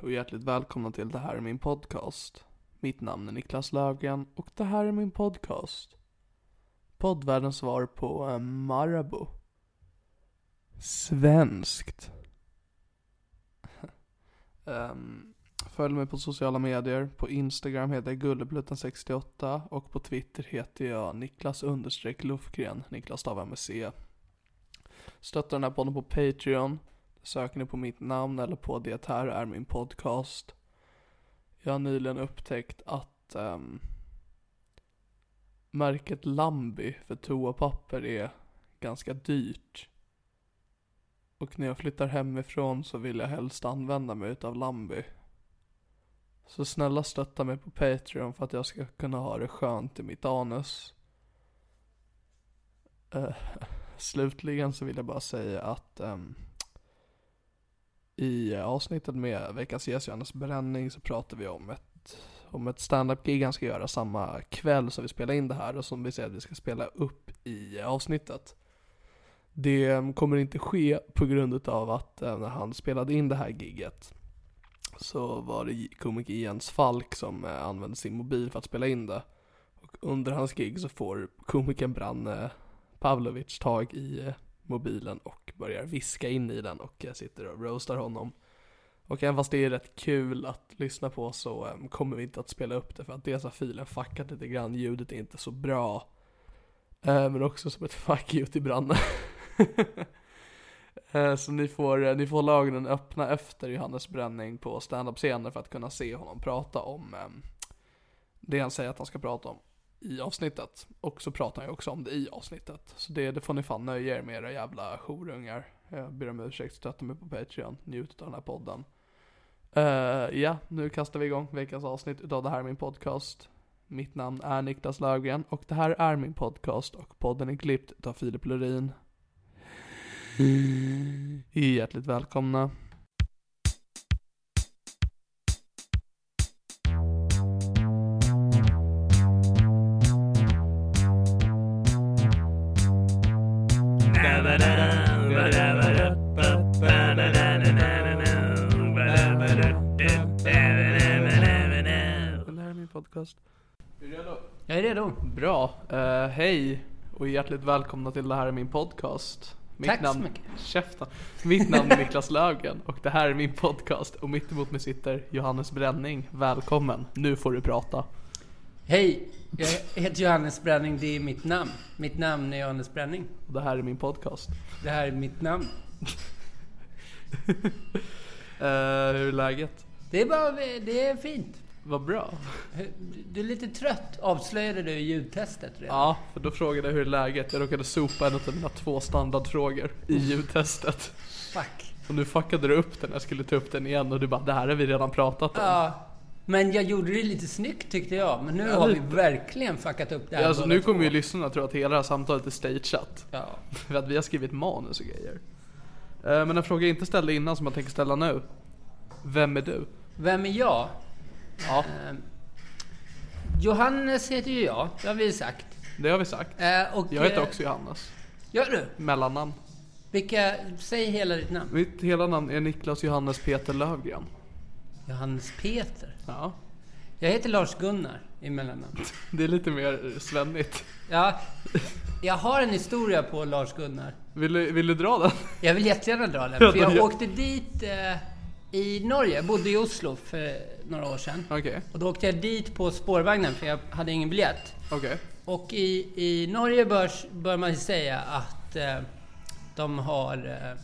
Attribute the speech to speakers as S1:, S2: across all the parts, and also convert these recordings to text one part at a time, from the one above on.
S1: och hjärtligt välkomna till Det här är min podcast. Mitt namn är Niklas Löfgren och det här är min podcast. Poddvärldens svar på eh, Marabou. Svenskt. Ehm, följ mig på sociala medier. På Instagram heter jag gullepluten68 och på Twitter heter jag Niklas understreck Lufgren. Niklas stavar med C. Stötta den här podden på Patreon. Söker ni på mitt namn eller på Det här är min podcast. Jag har nyligen upptäckt att ehm, märket Lambi för toapapper är ganska dyrt. Och när jag flyttar hemifrån så vill jag helst använda mig utav Lambi. Så snälla stötta mig på Patreon för att jag ska kunna ha det skönt i mitt anus. Eh, slutligen så vill jag bara säga att ehm, i avsnittet med veckans gäst Johannes Bränning så pratar vi om ett, om ett standup-gig han ska göra samma kväll som vi spelar in det här och som vi säger att vi ska spela upp i avsnittet. Det kommer inte ske på grund av att eh, när han spelade in det här giget så var det komiker Jens Falk som eh, använde sin mobil för att spela in det. Och under hans gig så får komikern Branne Pavlovic tag i eh, mobilen och börjar viska in i den och eh, sitter och roastar honom. Och även fast det är rätt kul att lyssna på så eh, kommer vi inte att spela upp det för att dels har filen fuckat lite grann, ljudet är inte så bra. Eh, Men också som ett fuck you till Branne. Eh, Så ni får, eh, ni får hålla ögonen öppna efter Johannes bränning på standup-scener för att kunna se honom prata om eh, det han säger att han ska prata om i avsnittet. Och så pratar han ju också om det i avsnittet. Så det, det får ni fan nöja er med era jävla horungar. Jag ber om ursäkt, stötta mig på Patreon, njut av den här podden. Eh, ja, nu kastar vi igång veckans avsnitt utav Det här är min podcast. Mitt namn är Niklas Löfgren och det här är min podcast och podden är klippt utav Filip Lurin. Hjärtligt välkomna. Den här är min podcast. Är du redo?
S2: Jag är redo.
S1: Bra. Eh, hej och hjärtligt välkomna till det här är min podcast. Mitt
S2: Tack så
S1: namn,
S2: mycket.
S1: Käften. Mitt namn är Niklas Löfgren och det här är min podcast och mitt emot mig sitter Johannes Bränning. Välkommen. Nu får du prata.
S2: Hej, jag heter Johannes Bränning. Det är mitt namn. Mitt namn är Johannes Bränning.
S1: Och det här är min podcast.
S2: Det här är mitt namn.
S1: Eh, hur är läget?
S2: Det är bara, det är fint.
S1: Vad bra.
S2: Du är lite trött, avslöjade du i ljudtestet redan.
S1: Ja, för då frågade jag hur är läget? Jag råkade sopa en av mina två standardfrågor i ljudtestet.
S2: Fuck.
S1: Och nu fuckade du upp den, jag skulle ta upp den igen och du bara det här har vi redan pratat om.
S2: Ja, men jag gjorde det lite snyggt tyckte jag. Men nu har vi verkligen fuckat upp det här.
S1: Ja, alltså,
S2: båda
S1: nu kommer
S2: två.
S1: ju lyssnarna tro att hela det här samtalet är stageat.
S2: Ja.
S1: För att vi har skrivit manus och grejer. Eh, Men en fråga jag inte ställde innan som jag tänker ställa nu. Vem är du?
S2: Vem är jag?
S1: Ja,
S2: Eh, Johannes heter ju jag, det har vi ju sagt.
S1: det har vi sagt.
S2: Eh, och,
S1: Jag heter
S2: eh,
S1: också Johannes.
S2: Gör du?
S1: Mellannamn.
S2: Vilka, säg hela ditt namn.
S1: Mitt hela namn är Niklas Johannes Peter Lövgren.
S2: Johannes Peter.
S1: Ja.
S2: Jag heter Lars-Gunnar i mellannamn.
S1: Det är lite mer svennigt.
S2: Ja, jag har en historia på Lars-Gunnar.
S1: Vill du, vill du dra den?
S2: Jag vill jättegärna dra den,
S1: Ja,
S2: för jag
S1: ja.
S2: åkte dit eh, i Norge. Jag bodde i Oslo för några år sedan.
S1: Okej,
S2: Och då åkte jag dit på spårvagnen, för jag hade ingen biljett.
S1: okej.
S2: Och i, i Norge bör, bör man ju säga att eh, de har eh,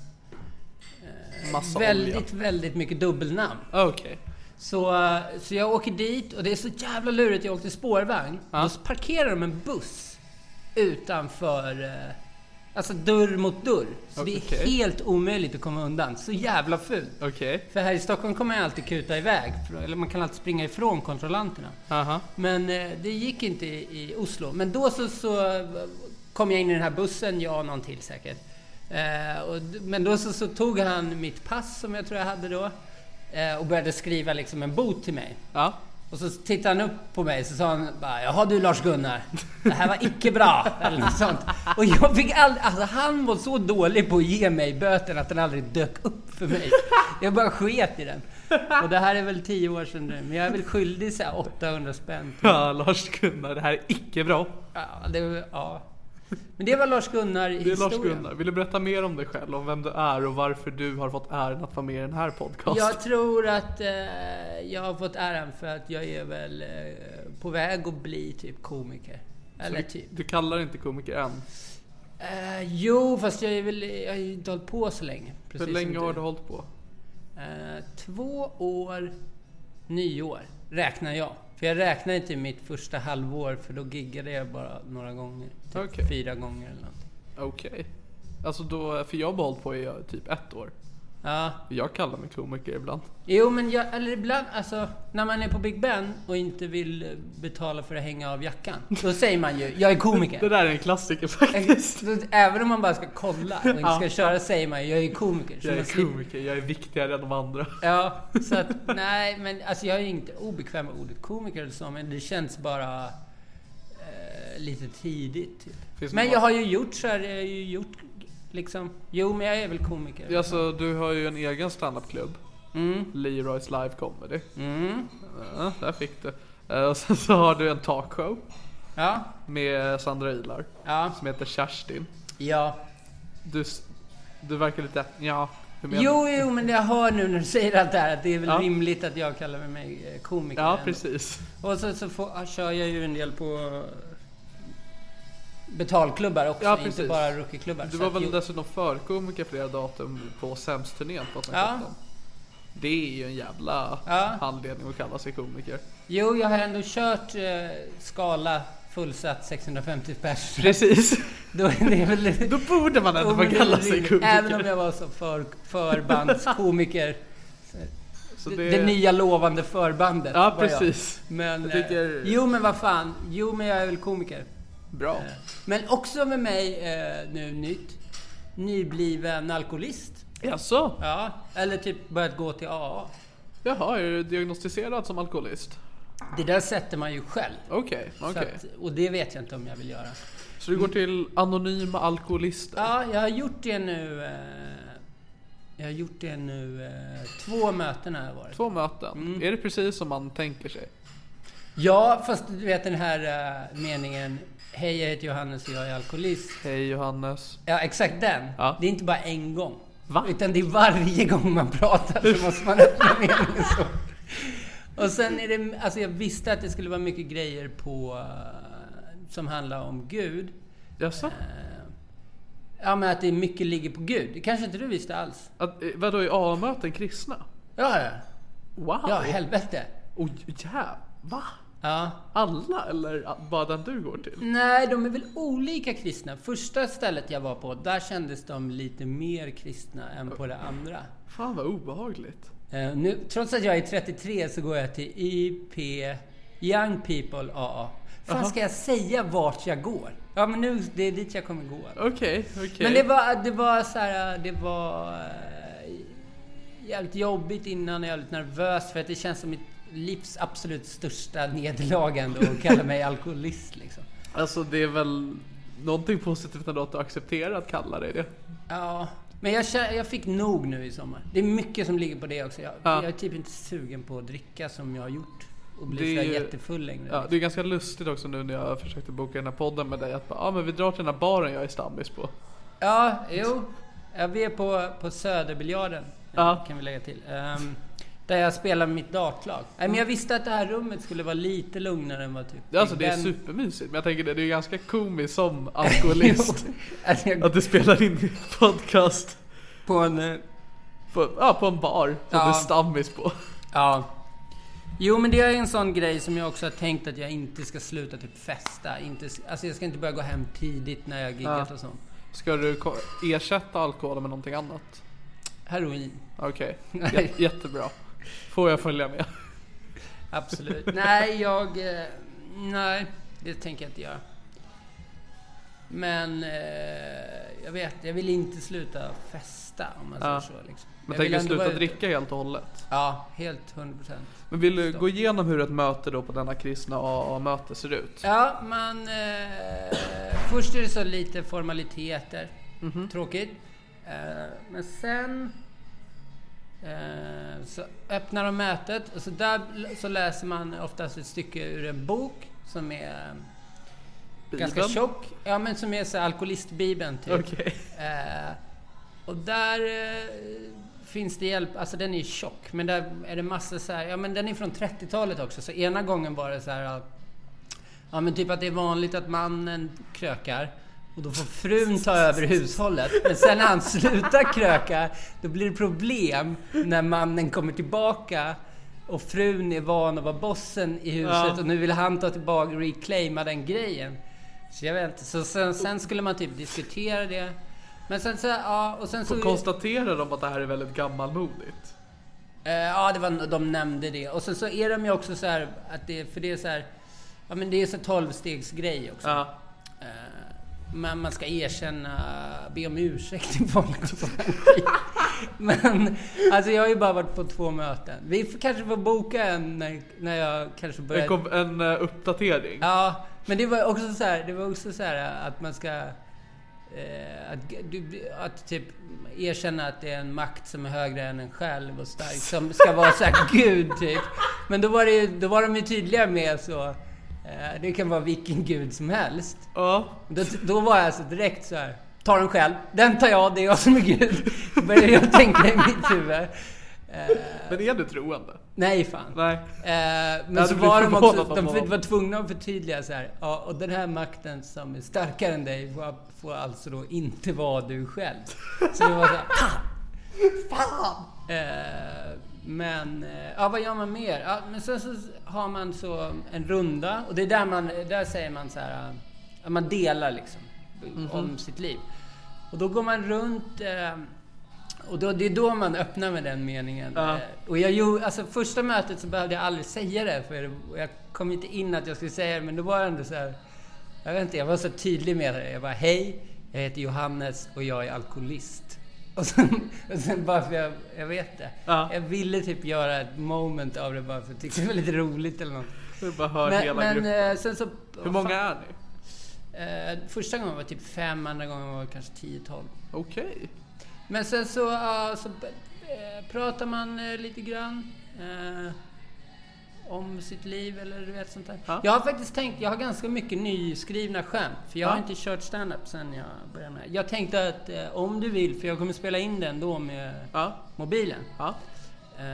S1: Massa olja.
S2: väldigt, väldigt mycket dubbelnamn.
S1: Okej.
S2: Så, eh, så jag åker dit och det är så jävla lurigt. Jag åkte spårvagn.
S1: Ja.
S2: Då parkerar de en buss utanför, eh, alltså dörr mot dörr. Så det är
S1: Okej.
S2: helt omöjligt att komma undan. Så jävla fult.
S1: Okej.
S2: För här i Stockholm kommer jag alltid kuta iväg. för- Eller man kan alltid springa ifrån kontrollanterna.
S1: Aha.
S2: Men eh, det gick inte i, i Oslo. Men då så, så eh, kom jag in i den här bussen, jag och någon till säkert. Eh, och, d- men då så, så tog han mitt pass som jag tror jag hade då eh, och började skriva liksom en bot till mig.
S1: Ja.
S2: Och så tittade han upp på mig så sa han bara Jaha du Lars-Gunnar, det här var icke bra. Eller något sånt. Och jag fick aldrig, alltså han var så dålig på att ge mig böter att den aldrig dök upp för mig. Jag bara sket i den. Och det här är väl tio år sedan nu, men jag är väl skyldig så här 800 spänn.
S1: Ja, Lars-Gunnar, det här är icke bra.
S2: Ja, det, var- ja. Men det var Lars-Gunnar i
S1: Det är
S2: historien.
S1: Lars-Gunnar. Vill du berätta mer om dig själv? Om vem du är och varför du har fått äran att vara med i den här podcasten?
S2: Jag tror att eh, jag har fått äran för att jag är väl eh, på väg att bli typ komiker. Eller typ.
S1: Du kallar dig inte komiker än.
S2: Eh, jo, fast jag, är väl, jag har ju inte hållit på så länge. Precis
S1: Hur
S2: som
S1: länge har du hållit på?
S2: Eh, två år, nyår, räknar jag. För jag räknar inte mitt första halvår, för då giggade jag bara några gånger. Typ
S1: Okej.
S2: fyra gånger eller någonting.
S1: Okej. Alltså då, för jag har hållit på i eh, typ ett år.
S2: Ja,
S1: Jag kallar mig komiker ibland.
S2: Jo, men jag, eller ibland, alltså när man är på Big Ben och inte vill eh, betala för att hänga av jackan. Då säger man ju, jag är
S1: Det
S2: komiker.
S1: där är en klassiker faktiskt.
S2: Då- Även om man bara ska kolla och inte ska
S1: Ja.
S2: köra säger man ju, jag är komiker. Så
S1: Jag
S2: man
S1: är
S2: slipper-
S1: komiker, jag är viktigare än de andra.
S2: Ja, så att nej, men alltså jag är inte obekväm med ordet komiker eller så, men det känns bara eh, lite tidigt. Typ.
S1: Finns det
S2: Men
S1: någon-
S2: jag har ju gjort så här, jag har ju gjort liksom, jo men jag är väl komiker.
S1: Alltså, du har ju en egen standupklubb.
S2: Mm,
S1: Leroys Live Comedy.
S2: mm,
S1: Ja, där fick du. Eh, Och sen så har du en talkshow
S2: ja,
S1: med Sandra Ilar
S2: ja,
S1: som heter Kerstin.
S2: ja.
S1: Du, s- du verkar lite, ja, hur menar
S2: Jo,
S1: du?
S2: jo, men jag hör nu när du säger allt det här att det är väl
S1: Ja.
S2: rimligt att jag kallar mig eh, komiker.
S1: Ja,
S2: ändå.
S1: precis.
S2: Och så, så får, ja, kör jag ju en del på eh, betalklubbar också,
S1: Ja,
S2: inte
S1: precis.
S2: bara rookieklubbar.
S1: Du
S2: Så
S1: var
S2: att
S1: väl
S2: jo-
S1: dessutom förkomiker flera datum på Sämst-turnén 2017?
S2: Ja.
S1: Det är ju en jävla
S2: Ja.
S1: anledning att kalla sig komiker.
S2: Jo, jag har ändå kört eh, skala fullsatt 650 pers.
S1: Precis.
S2: Då är det väl...
S1: Då borde man ändå
S2: Jo,
S1: få
S2: men det är
S1: kalla
S2: väl
S1: sig
S2: rimligt.
S1: komiker.
S2: Även om jag var så för, förbandskomiker.
S1: Så
S2: det... nya lovande förbandet
S1: Ja,
S2: var jag.
S1: precis.
S2: Men,
S1: Jag tycker-
S2: eh, jo men vad fan, jo men jag är väl komiker.
S1: Bra.
S2: Eh, Men också med mig eh, nu nytt, nybliven alkoholist.
S1: Jaså?
S2: Ja, eller typ börjat gå till AA.
S1: Jaha, är du diagnostiserad som alkoholist?
S2: Det där sätter man ju själv.
S1: Okej,
S2: Så
S1: okej.
S2: att, och det vet jag inte om jag vill göra.
S1: Så du går till anonyma alkoholister?
S2: Ja, jag har gjort det nu. Eh, jag har gjort det nu. Eh, två möten har jag varit.
S1: Två möten.
S2: Mm.
S1: Är det precis som man tänker sig?
S2: Ja, fast du vet den här eh, meningen. Hej, jag heter Johannes och jag är alkoholist.
S1: Hej Johannes.
S2: Ja, exakt den.
S1: Ja.
S2: Det är inte bara en gång.
S1: Va?
S2: Utan det är varje gång man pratar så måste man öppna meningen så. Och sen är det, alltså jag visste att det skulle vara mycket grejer på, eh, som handlar om Gud. Eh.
S1: Jaså?
S2: Ja, men att det mycket ligger på Gud. Det kanske inte du visste alls?
S1: Att, eh, vadå, är AA-möten kristna?
S2: Ja, ja.
S1: Wow!
S2: Ja, helvete.
S1: Oj, jäv... Va?
S2: Ja.
S1: Alla eller ah, bara den du går till?
S2: Nej, de är väl olika kristna. Första stället jag var på, där kändes de lite mer kristna än på det andra.
S1: Fan vad obehagligt.
S2: Eh, nu, trots att jag är 33 så går jag till IP Young People AA. Fan, ska jag säga vart jag går? Ja, men nu, det är dit jag kommer gå.
S1: Okej, okej.
S2: Men det var, det var så här, det var eh, jävligt jobbigt innan och jävligt nervös för att det känns som mitt livs absolut största nederlag ändå att kalla mig alkoholist liksom.
S1: Alltså det är väl någonting positivt ändå att du accepterar att kalla dig det.
S2: Ja, Men jag, kä- jag fick nog nu i sommar. Det är mycket som ligger på det också. Jag,
S1: Ja.
S2: jag är typ inte sugen på att dricka som jag har gjort och
S1: Det är
S2: bli sådär
S1: ju-
S2: jättefull längre.
S1: Ja, det är ganska lustigt också nu när jag försökte boka den här podden med dig att bara, ah, men vi drar till den här baren jag är stammis på.
S2: Ja, jo. Ja, vi är på, på Söderbiljarden.
S1: Ja.
S2: Kan vi lägga till. Ehm, där jag spelar med mitt dartlag. Nej, men jag visste att det här rummet skulle vara lite lugnare än vad typ...
S1: Det, alltså, det är
S2: den-
S1: supermysigt men jag tänker det, det är ganska komiskt som alkoholist
S2: Alltså, jag,
S1: att du spelar in din podcast
S2: på en... eh,
S1: på, ja, på en bar som
S2: Ja.
S1: du är stammis på.
S2: Ja. Jo, men det är en sån grej som jag också har tänkt att jag inte ska sluta typ festa. Inte, alltså jag ska inte börja gå hem tidigt när jag har giggat
S1: Ja.
S2: och sånt.
S1: Ska du ko- ersätta alkoholen med någonting annat?
S2: Heroin.
S1: Okej,
S2: Nej.
S1: Jä- jättebra. Får jag följa med?
S2: Absolut. nej, jag... eh, Nej, det tänker jag inte göra. Men eh, jag vet, jag vill inte sluta festa om man säger
S1: Ja.
S2: så. Liksom.
S1: Men
S2: Jag vill
S1: tänker du sluta
S2: ändå vara ute.
S1: dricka helt och hållet?
S2: Ja, helt 100 procent.
S1: Men vill du gå igenom hur ett möte då på denna kristna AA-möte ser ut?
S2: Ja, man... Eh, först är det så lite formaliteter.
S1: Mhm.
S2: Tråkigt. Eh, men sen... Eh, så öppnar de mötet och så där l- så läser man oftast ett stycke ur en bok som är eh, ganska
S1: Bibeln?
S2: tjock. Ja, men som är så här alkoholistbibeln typ.
S1: Okej.
S2: Eh, och där eh, finns det hjälp, alltså den är tjock, men där är det massa så här, ja men den är från 30-talet också, så ena gången var det så här, ja, ja men typ att det är vanligt att mannen krökar och då får frun ta över hushållet. Men sen när han slutar kröka, då blir det problem när mannen kommer tillbaka och frun är van att vara bossen i huset
S1: Ja.
S2: och nu vill han ta tillbaka, reclaima den grejen. Så jag vet inte. Så sen, sen skulle man typ diskutera det. Men sen så, ja, och sen så...
S1: Får konstatera de att det här är väldigt gammalmodigt?
S2: Eh, ja, det var, de nämnde det. Och sen så är de ju också så här att det, för det är så här, ja men det är så tolvstegsgrej också.
S1: Ja.
S2: Eh, men man ska erkänna, be om ursäkt till folk och sånt. Men alltså jag har ju bara varit på två möten. Vi får- kanske får boka en när, när jag kanske
S1: En,
S2: börjar...
S1: kom, en eh, uppdatering?
S2: Ja, men det var också så här, det var också så här att man ska... Eh, att, g- du, att typ erkänna att det är en makt som är högre än en själv och stark som ska vara så här gud typ. Men då var, det, ju- då var de ju tydliga med så. Eh, det kan vara vilken gud som helst.
S1: Ja.
S2: Då, då var jag alltså direkt så här. Ta den själv. Den tar jag. Det är jag som är gud. Började jag tänka i mitt huvud.
S1: Men är du troende?
S2: Nej fan.
S1: Nej.
S2: Eh, men
S1: hade
S2: så
S1: blivit
S2: var de
S1: förvånad
S2: också,
S1: om
S2: de
S1: de
S2: för-
S1: var-
S2: var tvungna att förtydliga så här. Ja, och den här makten som är starkare än dig får, får alltså då inte vara du själv. Så det var så här, "Ah, Fan! Eh, men, eh, ja vad gör man mer? Ja, men sen så har man så en runda och det är där man, där säger man så här, eh, man delar liksom
S1: Mhm.
S2: om sitt liv. Och då går man runt eh, och då, det är då man öppnar med den meningen.
S1: Ja.
S2: Eh, och jag gjorde, alltså första mötet så behövde jag aldrig säga det för det- och jag kom inte in att jag skulle säga det men då var jag ändå så här, jag vet inte, jag var så tydlig med det. Jag bara, hej, jag heter Johannes och jag är alkoholist. Och sen, och sen bara för jag, jag vet det.
S1: Ja.
S2: Jag ville typ göra ett moment av det bara för jag tyckte det var lite roligt eller något.
S1: Du bara hör hela
S2: men
S1: gruppen.
S2: eh, sen så...
S1: Hur många är ni?
S2: Eh, första gången var typ fem, andra gången var det kanske 10-12.
S1: Okej.
S2: Men sen så, ja, så eh, pratar man eh, lite grann eh, om sitt liv eller du vet sånt där.
S1: Ja.
S2: Jag har faktiskt tänkt, jag har ganska mycket nyskrivna skämt för jag har
S1: Ja.
S2: inte kört stand-up sen jag började med. Jag tänkte att eh, om du vill, för jag kommer spela in den då med
S1: Ja.
S2: mobilen.
S1: Ja.
S2: Eh,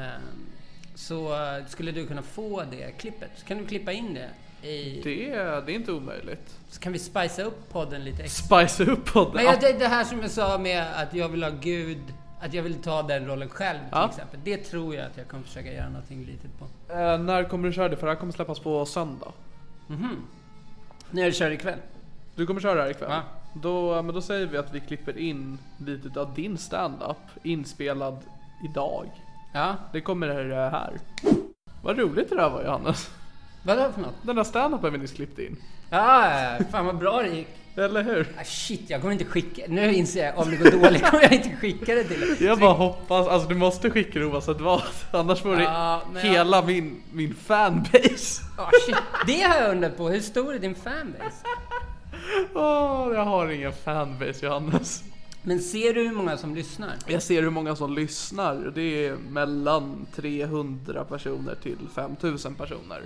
S2: så eh, skulle du kunna få det klippet. Så kan du klippa in det i...
S1: Det, är- det är inte omöjligt.
S2: Så kan vi spicea upp podden lite extra.
S1: Spice upp podden.
S2: Men jag, det, det här som jag sa med att jag vill ha Gud, att jag vill ta den rollen själv till
S1: Ja.
S2: exempel. Det tror jag att jag kommer försöka göra någonting litet på.
S1: Eh, när kommer du köra det? För det här kommer släppas på söndag. Mhm.
S2: När jag kör ikväll.
S1: Du kommer köra det här ikväll?
S2: Ja.
S1: Då, men då säger vi att vi klipper in lite av din stand-up inspelad idag.
S2: Ja.
S1: Det kommer här. eh, här. Vad roligt det där var Johannes.
S2: Vadå för något?
S1: Den där stand-upen vi nyss klippte in.
S2: Ja, ah, fan vad bra det gick.
S1: Eller hur?
S2: Ah, shit, jag kommer inte skicka. Nu inser jag, om det går dåligt kommer jag inte skicka det till dig.
S1: Jag bara hoppas, alltså du måste skicka det oavsett vad. Annars får det
S2: Ja, men jag-
S1: hela min, min fanbase.
S2: Ah, shit. Det har jag undrat på. Hur stor är din fanbase?
S1: Åh, jag har ingen fanbase Johannes.
S2: Men ser du hur många som lyssnar?
S1: Jag ser hur många som lyssnar. Det är mellan 300 personer till 5000 personer.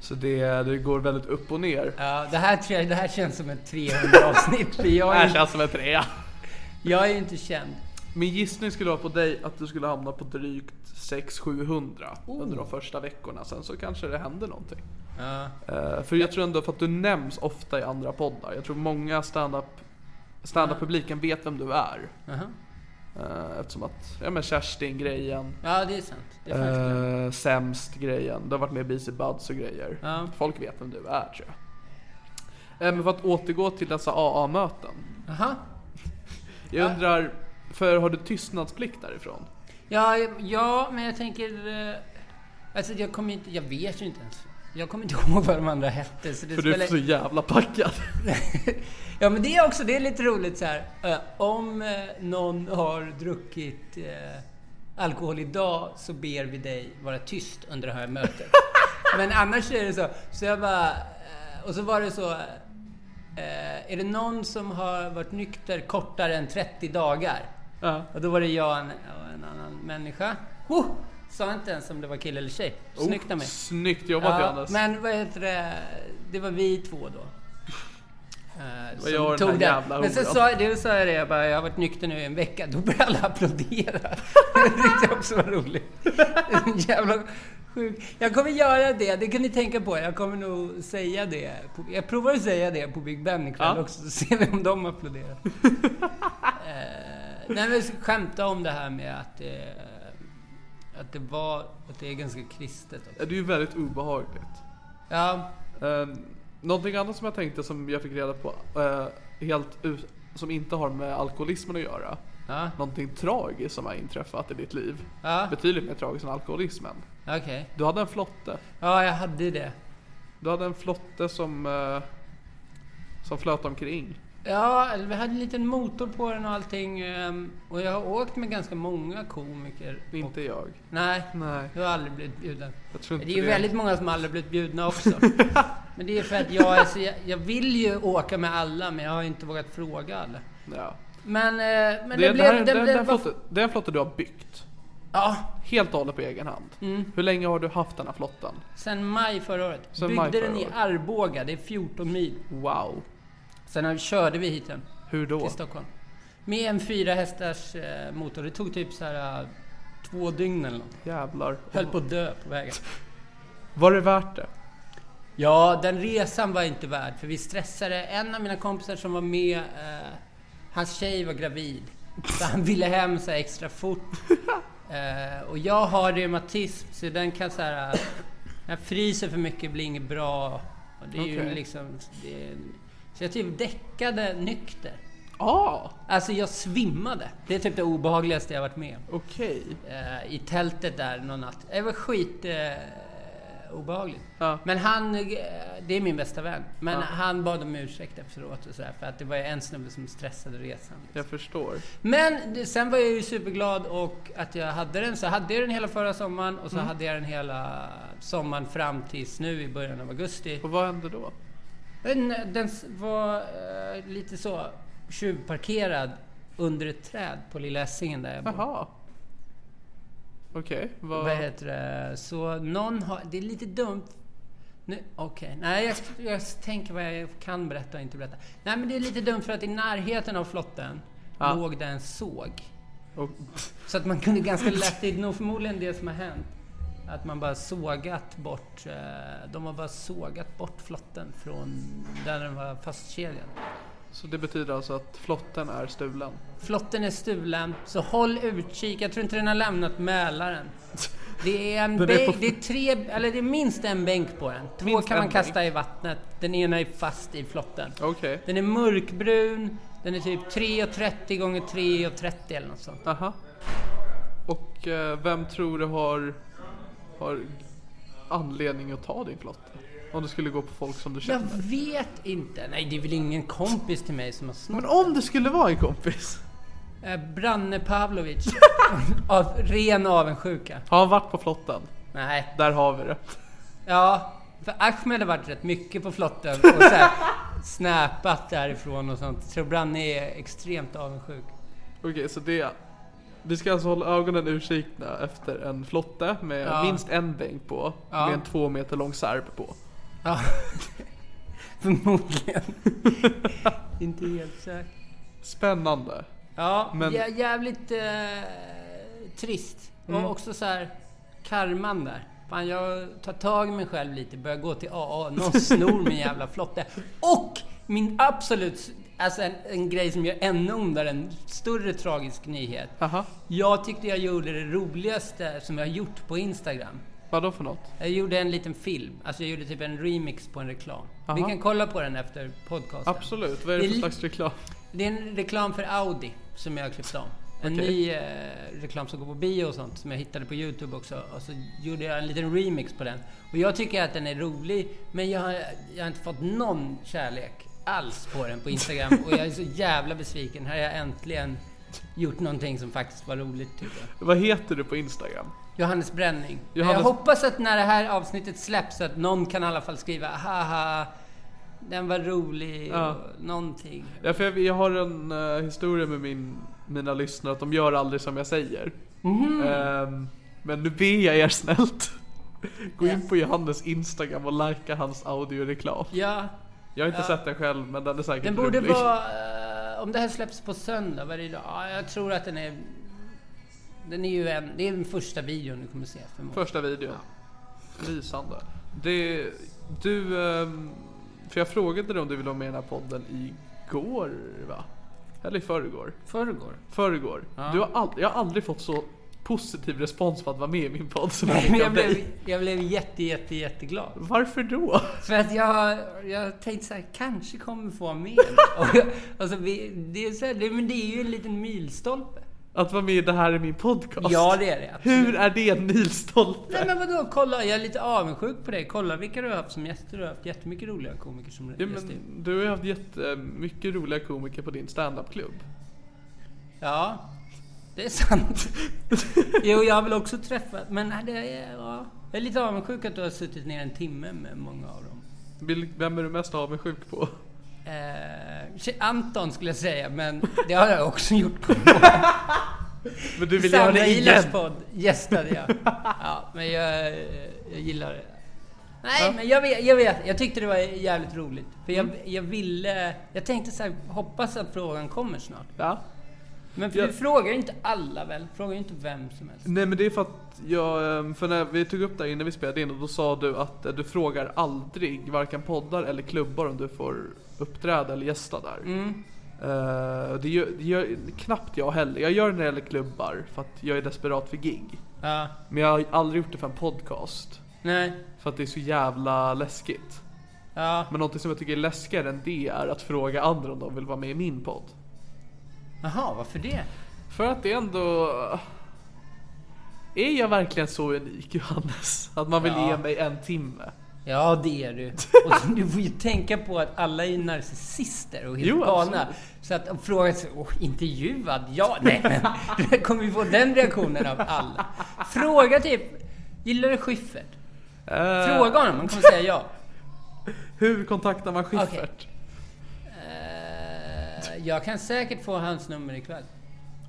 S1: Så det, det går väldigt upp och ner.
S2: Ja, det här, tror jag, det här känns som ett 300 avsnitt för
S1: Det
S2: jag
S1: här
S2: är,
S1: känns som en trea.
S2: jag är ju inte känd.
S1: Min gissning skulle vara på dig att du skulle hamna på drygt 600-700 under de första veckorna. Sen så kanske det händer någonting.
S2: Ja.
S1: Eh, för jag tror ändå för att du nämns ofta i andra poddar. Jag tror många stand-up Standup-publiken vet vem du är.
S2: aha.
S1: Eh, Eftersom att, ja men Kerstin-grejen,
S2: ja, det är sant. Det är faktiskt sant.
S1: eh, Sämst-grejen, du har varit med i BC Buds och grejer.
S2: Ja.
S1: Folk vet vem du är tror jag. Eh, men för att återgå till dessa AA-möten.
S2: Aha.
S1: Jag undrar, för har du tystnadsplikt därifrån?
S2: Ja, ja, men jag tänker... eh, Alltså jag kommer inte... Jag vet ju inte ens. Jag kommer inte ihåg vad de andra hette. Så det
S1: För du är
S2: spelar-
S1: så jävla packad.
S2: ja men det är också, det är lite roligt så här. eh, Om eh, någon har druckit eh, alkohol idag så ber vi dig vara tyst under det här mötet. men annars är det så. Så jag bara... eh, Och så var det så... eh, Är det någon som har varit nykter kortare än 30 dagar?
S1: Ja.
S2: Och då var det jag och en, och en annan människa. Oh! Sa inte ens om det var kille eller tjej. Snyggt av mig.
S1: Oh, Snyggt jobbat
S2: Ja,
S1: Johannes.
S2: men vad heter det? Det var vi två då. Eh, som
S1: jag och den här jävla
S2: Men sen
S1: horan.
S2: sa, jag- det sa jag det, jag, bara, jag har varit nykter nu i en vecka. Då började alla applådera. Det tyckte jag också var roligt. Jävla sjuk. Jag kommer göra det, det kan ni tänka på. Jag kommer nog säga det. På, jag provar att säga det på Big Ben ikväll
S1: Ja.
S2: också, så ser vi om de applåderar. Eh, nej, men jag ska skämta om det här med att, eh, att det var, att det är ganska kristet också.
S1: Eh, Det är ju väldigt obehagligt.
S2: Ja,
S1: Um, någonting annat som jag tänkte som jag fick reda på, eh, helt ut, som inte har med alkoholismen att göra.
S2: ja,
S1: Någonting tragiskt som har inträffat i ditt liv.
S2: ja,
S1: Betydligt mer tragiskt än alkoholismen.
S2: okej.
S1: Du hade en flotte.
S2: Ja, jag hade det.
S1: Du hade en flotte som, eh, som flöt omkring.
S2: Ja, eller vi hade en liten motor på den och allting. ehm, Och jag har åkt med ganska många komiker.
S1: Det är Inte
S2: och,
S1: jag.
S2: Nej,
S1: Nej,
S2: jag har aldrig blivit bjuden.
S1: jag tror
S2: Det
S1: inte
S2: är ju väldigt många som aldrig blivit bjudna också. Men det är för att jag, är så, jag, jag vill ju åka med alla, men jag har inte vågat fråga alla.
S1: Ja.
S2: Men, eh, men det,
S1: Det, det,
S2: blev...
S1: här,
S2: det
S1: den,
S2: blev
S1: den,
S2: bara-
S1: flotte, den flotte du har byggt.
S2: Ja,
S1: Helt och hållet på egen hand.
S2: Mm.
S1: Hur länge har du haft den här flotten?
S2: sen maj förra året.
S1: Sen
S2: Byggde
S1: maj förra
S2: den i
S1: året.
S2: Arboga, det är 14 mil.
S1: Wow.
S2: Sen har- körde vi hit den.
S1: Hur då?
S2: till Stockholm. Med en fyra hästars eh, motor. Det tog typ så här eh, två dygn eller något.
S1: Jävlar.
S2: Höll på att dö på vägen.
S1: Var det värt det?
S2: Ja, den resan var inte värd för vi stressade. En av mina kompisar som var med, eh, hans tjej var gravid. Så han ville hem så här extra fort. Eh, och jag har reumatism så den kan så här... eh, När jag fryser för mycket blir inget bra. Och det är ju
S1: Okej.
S2: liksom... Det är, så jag typ däckade nykter.
S1: Ah,
S2: Alltså jag svimmade. Det är typ det obehagligaste jag varit med om.
S1: okej.
S2: Eh, I tältet där någon natt. Det var skit eh, obehagligt.
S1: Ja.
S2: Men han, eh, det är min bästa vän. Men
S1: Ja.
S2: han bad om ursäkt efteråt och sådär för att det var ju en snubbe som stressade resan.
S1: Jag förstår.
S2: Men det- sen var jag ju superglad och att jag hade den. Så hade jag den hela förra sommaren och så
S1: Mm.
S2: hade jag den hela sommaren fram tills nu i början av augusti.
S1: Och vad hände då?
S2: Den, den s- var eh, lite så tjuvparkerad under ett träd på Lilla Essingen där jag bor.
S1: Jaha. Okej, vad...
S2: Vad heter det? Så någon har... Det är lite dumt. Nu- Okej, nej jag, jag tänker vad jag kan berätta och inte berätta. Nej men det är lite dumt för att i närheten av flotten
S1: Ja.
S2: låg det en såg.
S1: Och,
S2: Så att man kunde ganska lätt, det är nog förmodligen det som har hänt. Att man bara sågat bort, eh, de har bara sågat bort flotten från där den var fastkedjad.
S1: så det betyder alltså att flotten är stulen?
S2: Flotten är stulen, så håll utkik. Jag tror inte den har lämnat Mälaren. Det är, en
S1: Den är
S2: bänk,
S1: på-
S2: det är tre, eller det är minst en bänk på den. Två
S1: Minst
S2: kan man
S1: en
S2: kasta i vattnet. Den ena är fast i flotten.
S1: Okej.
S2: Den är mörkbrun. Den är typ 3,30 gånger 3,30 eller något sånt.
S1: Aha. Och eh, vem tror du har, har anledning att ta din flotte? Om du skulle gå på folk som du
S2: Jag
S1: känner?
S2: vet inte. Nej, det är väl ingen kompis till mig som har snott.
S1: Men om det skulle vara en kompis?
S2: Eh, Branne Pavlovic. av ren avundsjuka.
S1: Har han varit på flotten?
S2: Nej,
S1: Där har vi det.
S2: Ja, för Ahmed har varit rätt mycket på flotten och så här, snäpat därifrån och sånt. Så Branne är extremt avundsjuk.
S1: Okej, så det... Vi ska alltså hålla ögonen ursikna efter en flotte med
S2: Ja.
S1: minst en bänk på.
S2: Ja.
S1: Med en två meter lång serb på.
S2: Ja. Förmodligen. Inte helt säkert.
S1: Spännande.
S2: Ja,
S1: Men-
S2: jä- jävligt eh, trist. Och också så här karman där. Fan, jag tar tag i mig själv lite, börjar gå till AA, någon snor min jävla flotte. Och min absolut, alltså en, en grej som gör ännu ondare, en större tragisk nyhet.
S1: Aha.
S2: Jag tyckte jag gjorde det roligaste som jag gjort på Instagram.
S1: Vadå för något?
S2: Jag gjorde en liten film, alltså jag gjorde typ en remix på en reklam. Vi
S1: Aha.
S2: kan kolla på den efter podcasten.
S1: Absolut, vad är det
S2: Det är
S1: för
S2: li-
S1: slags reklam?
S2: Det är en reklam för Audi som jag har klippt om. En
S1: Okej.
S2: ny eh, reklam som går på bio och sånt som jag hittade på Youtube också. Och så gjorde jag en liten remix på den. Och jag tycker att den är rolig men jag har, jag har inte fått någon kärlek alls på den på Instagram. Och jag är så jävla besviken. Här har jag äntligen gjort någonting som faktiskt var roligt tycker jag.
S1: Vad heter du på Instagram?
S2: Johannes Bränning.
S1: Johannes-
S2: Jag hoppas att när det här avsnittet släpps att någon kan i alla fall skriva haha den var rolig
S1: Ja.
S2: och någonting.
S1: Ja, för jag, jag har en eh, historia med min, mina lyssnare att de gör aldrig som jag säger.
S2: Mm-hmm.
S1: Ehm, men nu ber jag er snällt. Gå in på Johannes Instagram och likea hans audioreklam.
S2: Ja,
S1: Jag har inte sett den själv men den är säkert
S2: Den borde
S1: rolig.
S2: vara... eh, om det här släpps på söndag, vad är det idag? Ja, jag tror att den är... Den är ju en... Det är den första videon du kommer se förmodligen.
S1: Första videon. Lysande. Det, du, ehm, för jag frågade dig om du ville vara med i den här podden igår va? Eller i förrgår?
S2: Förrgår.
S1: Förrgår. Du har ald- jag har aldrig fått så positiv respons på att vara med i min podd som jag
S2: Men
S1: fick
S2: jag
S1: av dig.
S2: blev, jag blev jätte, jätte, jätteglad.
S1: Varför då?
S2: För att jag, jag tänkte så här, kanske kommer få vara med. Och jag, alltså, vi, det, är så här, det, men det är ju en liten milstolpe.
S1: Att vara med i det här i min podcast?
S2: Ja, det är det. Absolut.
S1: Hur är det en milstolpe?
S2: Nej men vadå, kolla, jag är lite avundsjuk på dig. Kolla vilka du har haft som gäster. Du har haft jättemycket roliga komiker som
S1: Ja,
S2: gäster.
S1: men du har ju haft jättemycket roliga komiker på din standupklubb.
S2: Ja, det är sant. jo, jag har väl också träffat, men nej, det är, ja. jag är lite avundsjuk att du har suttit ner en timme med många av dem.
S1: Vil- Vem är du mest avundsjuk på?
S2: Eh, tje- Anton skulle jag säga, men det har jag också gjort på
S1: Men du vill göra
S2: Sandra
S1: det
S2: Ilars
S1: igen!
S2: podd. Gästade jag. Ja, men jag, jag gillar det. Nej, men jag vet, jag vet. Jag tyckte det var jävligt roligt. För jag, jag ville... Jag tänkte så här, hoppas att frågan kommer snart.
S1: Ja.
S2: Men för
S1: Ja.
S2: du frågar ju inte alla väl? Frågar ju inte vem som helst.
S1: Nej men det är för att jag, ehm, för när vi tog upp det här innan vi spelade in och då sa du att eh, du frågar aldrig varken poddar eller klubbar om du får uppträda eller gästa där.
S2: Mm.
S1: Eh, det, gör, det gör knappt jag heller. Jag gör det när det gäller klubbar för att jag är desperat för gig.
S2: Ja.
S1: Men jag har aldrig gjort det för en podcast.
S2: Nej.
S1: För att det är så jävla läskigt.
S2: Ja.
S1: Men någonting som jag tycker är läskigare än det är att fråga andra om de vill vara med i min podd.
S2: Jaha, varför det?
S1: För att det ändå... Är jag verkligen så unik Johannes? Att man vill
S2: Ja.
S1: ge mig en timme?
S2: Ja, det är du. Och du får ju tänka på att alla är ju narcissister och helt
S1: Jo,
S2: galna.
S1: absolut.
S2: Så att om frågan sig, åh, intervjuad? Ja, nej men. Du kommer ju få den reaktionen av alla. Fråga typ, gillar du Schyffert?
S1: Eh,
S2: Fråga honom, han kommer säga ja.
S1: Hur kontaktar man Schyffert?
S2: Eh, Jag kan säkert få hans nummer ikväll.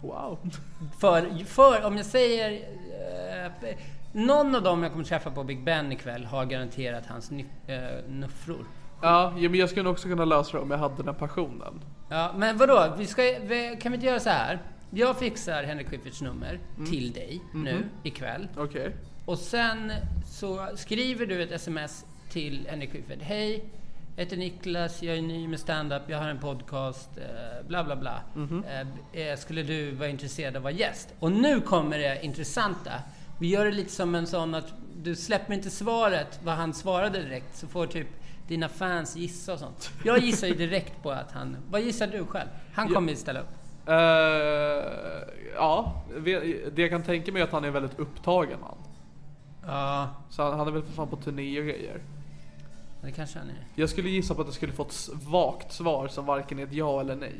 S1: Wow.
S2: För, för om jag säger... Eh, någon av dem jag kommer träffa på Big Ben ikväll har garanterat hans ny- eh, nuffror.
S1: Ja, ja, men jag skulle nog också kunna lösa det om jag hade den passionen.
S2: Ja, men vadå? Vi ska, vi, kan vi inte göra så här? Jag fixar Henrik Schyfferts nummer till dig nu ikväll.
S1: Okej.
S2: Och sen så skriver du ett sms till Henrik Schyffert. Hej, jag heter Niklas, jag är ny med stand-up, jag har en podcast, eh, bla bla bla. Eh, eh, skulle du vara intresserad av att vara gäst? Och nu kommer det intressanta. Vi gör det lite som en sån att du släpper inte svaret, vad han svarade direkt, så får typ dina fans gissa och sånt. Jag gissar ju direkt på att han... Vad gissar du själv? Han kommer ju ställa upp.
S1: Eh, ja, ve- det jag kan tänka mig är att han är en väldigt upptagen man.
S2: Ja,
S1: Så han, han är väl för fan på turné och grejer.
S2: det kanske han är.
S1: Jag skulle gissa på att jag skulle få ett s- vagt svar som varken är ett ja eller nej.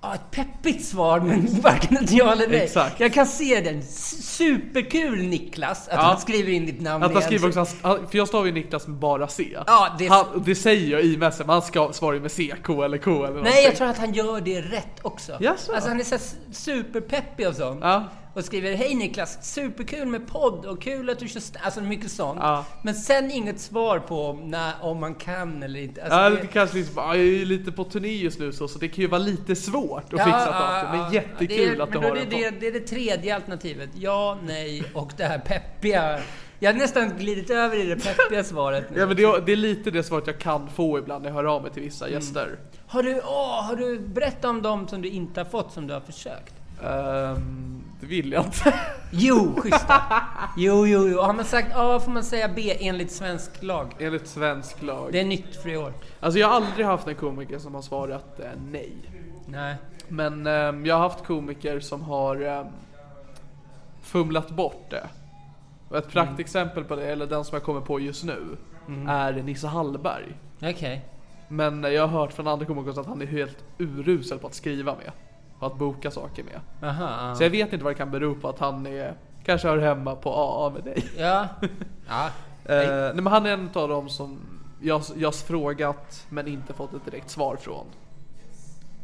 S2: Ja, ett peppigt svar men varken ett ja eller nej.
S1: Exakt.
S2: Jag kan se den s- superkul Niklas att
S1: Ja.
S2: han skriver in ditt namn
S1: Att han
S2: igen.
S1: skriver också, hans- han, för jag stavar ju Niklas med bara C.
S2: Ja, det-
S1: Han, det säger jag i messen, men han ska, svarar ju med C, K eller K eller
S2: Nej, jag tror att han gör det rätt också.
S1: Jaså?
S2: Alltså han är så här superpeppig och sånt.
S1: Ja.
S2: Och skriver Hej Niklas, superkul med podd och kul att du kör st-" Alltså mycket sånt.
S1: Ja.
S2: Men sen inget svar på om, när, om man kan eller inte. Alltså,
S1: Ja,
S2: det-
S1: det kanske liksom, ja, jag är ju lite på turné just nu så, så det kan ju vara lite svårt att
S2: Ja,
S1: fixa
S2: ja,
S1: datum. Men
S2: ja.
S1: jättekul
S2: det är,
S1: att du
S2: men då
S1: har
S2: det,
S1: en
S2: det,
S1: det,
S2: det är det tredje alternativet. Ja, nej och det här peppiga. Jag har nästan glidit över i det peppiga svaret nu.
S1: Ja men det, det är lite det svaret jag kan få ibland när jag hör av mig till vissa
S2: Mm.
S1: gäster.
S2: Har du, åh, har du berättat om dem som du inte har fått som du har försökt?
S1: Ehm, det vill jag inte.
S2: Jo, schyssta. Jo, jo, jo. Har man sagt A får man säga B enligt svensk lag.
S1: Enligt svensk lag.
S2: Det är nytt för i år.
S1: Alltså jag har aldrig haft en komiker som har svarat eh, nej.
S2: Nej.
S1: Men ehm, jag har haft komiker som har ehm, fumlat bort det. Och ett praktexempel på det, eller den som jag kommer på just nu, är Nisse Hallberg.
S2: Okej.
S1: Men eh, jag har hört från andra komiker att han är helt urusel på att skriva med. Och att boka saker med.
S2: Aha.
S1: Så jag vet inte vad det kan bero på att han är, kanske hör hemma på AA med dig.
S2: Ja. ja.
S1: Nej. Eh, nej men han är en av dem som jag, jag har frågat men inte fått ett direkt svar från.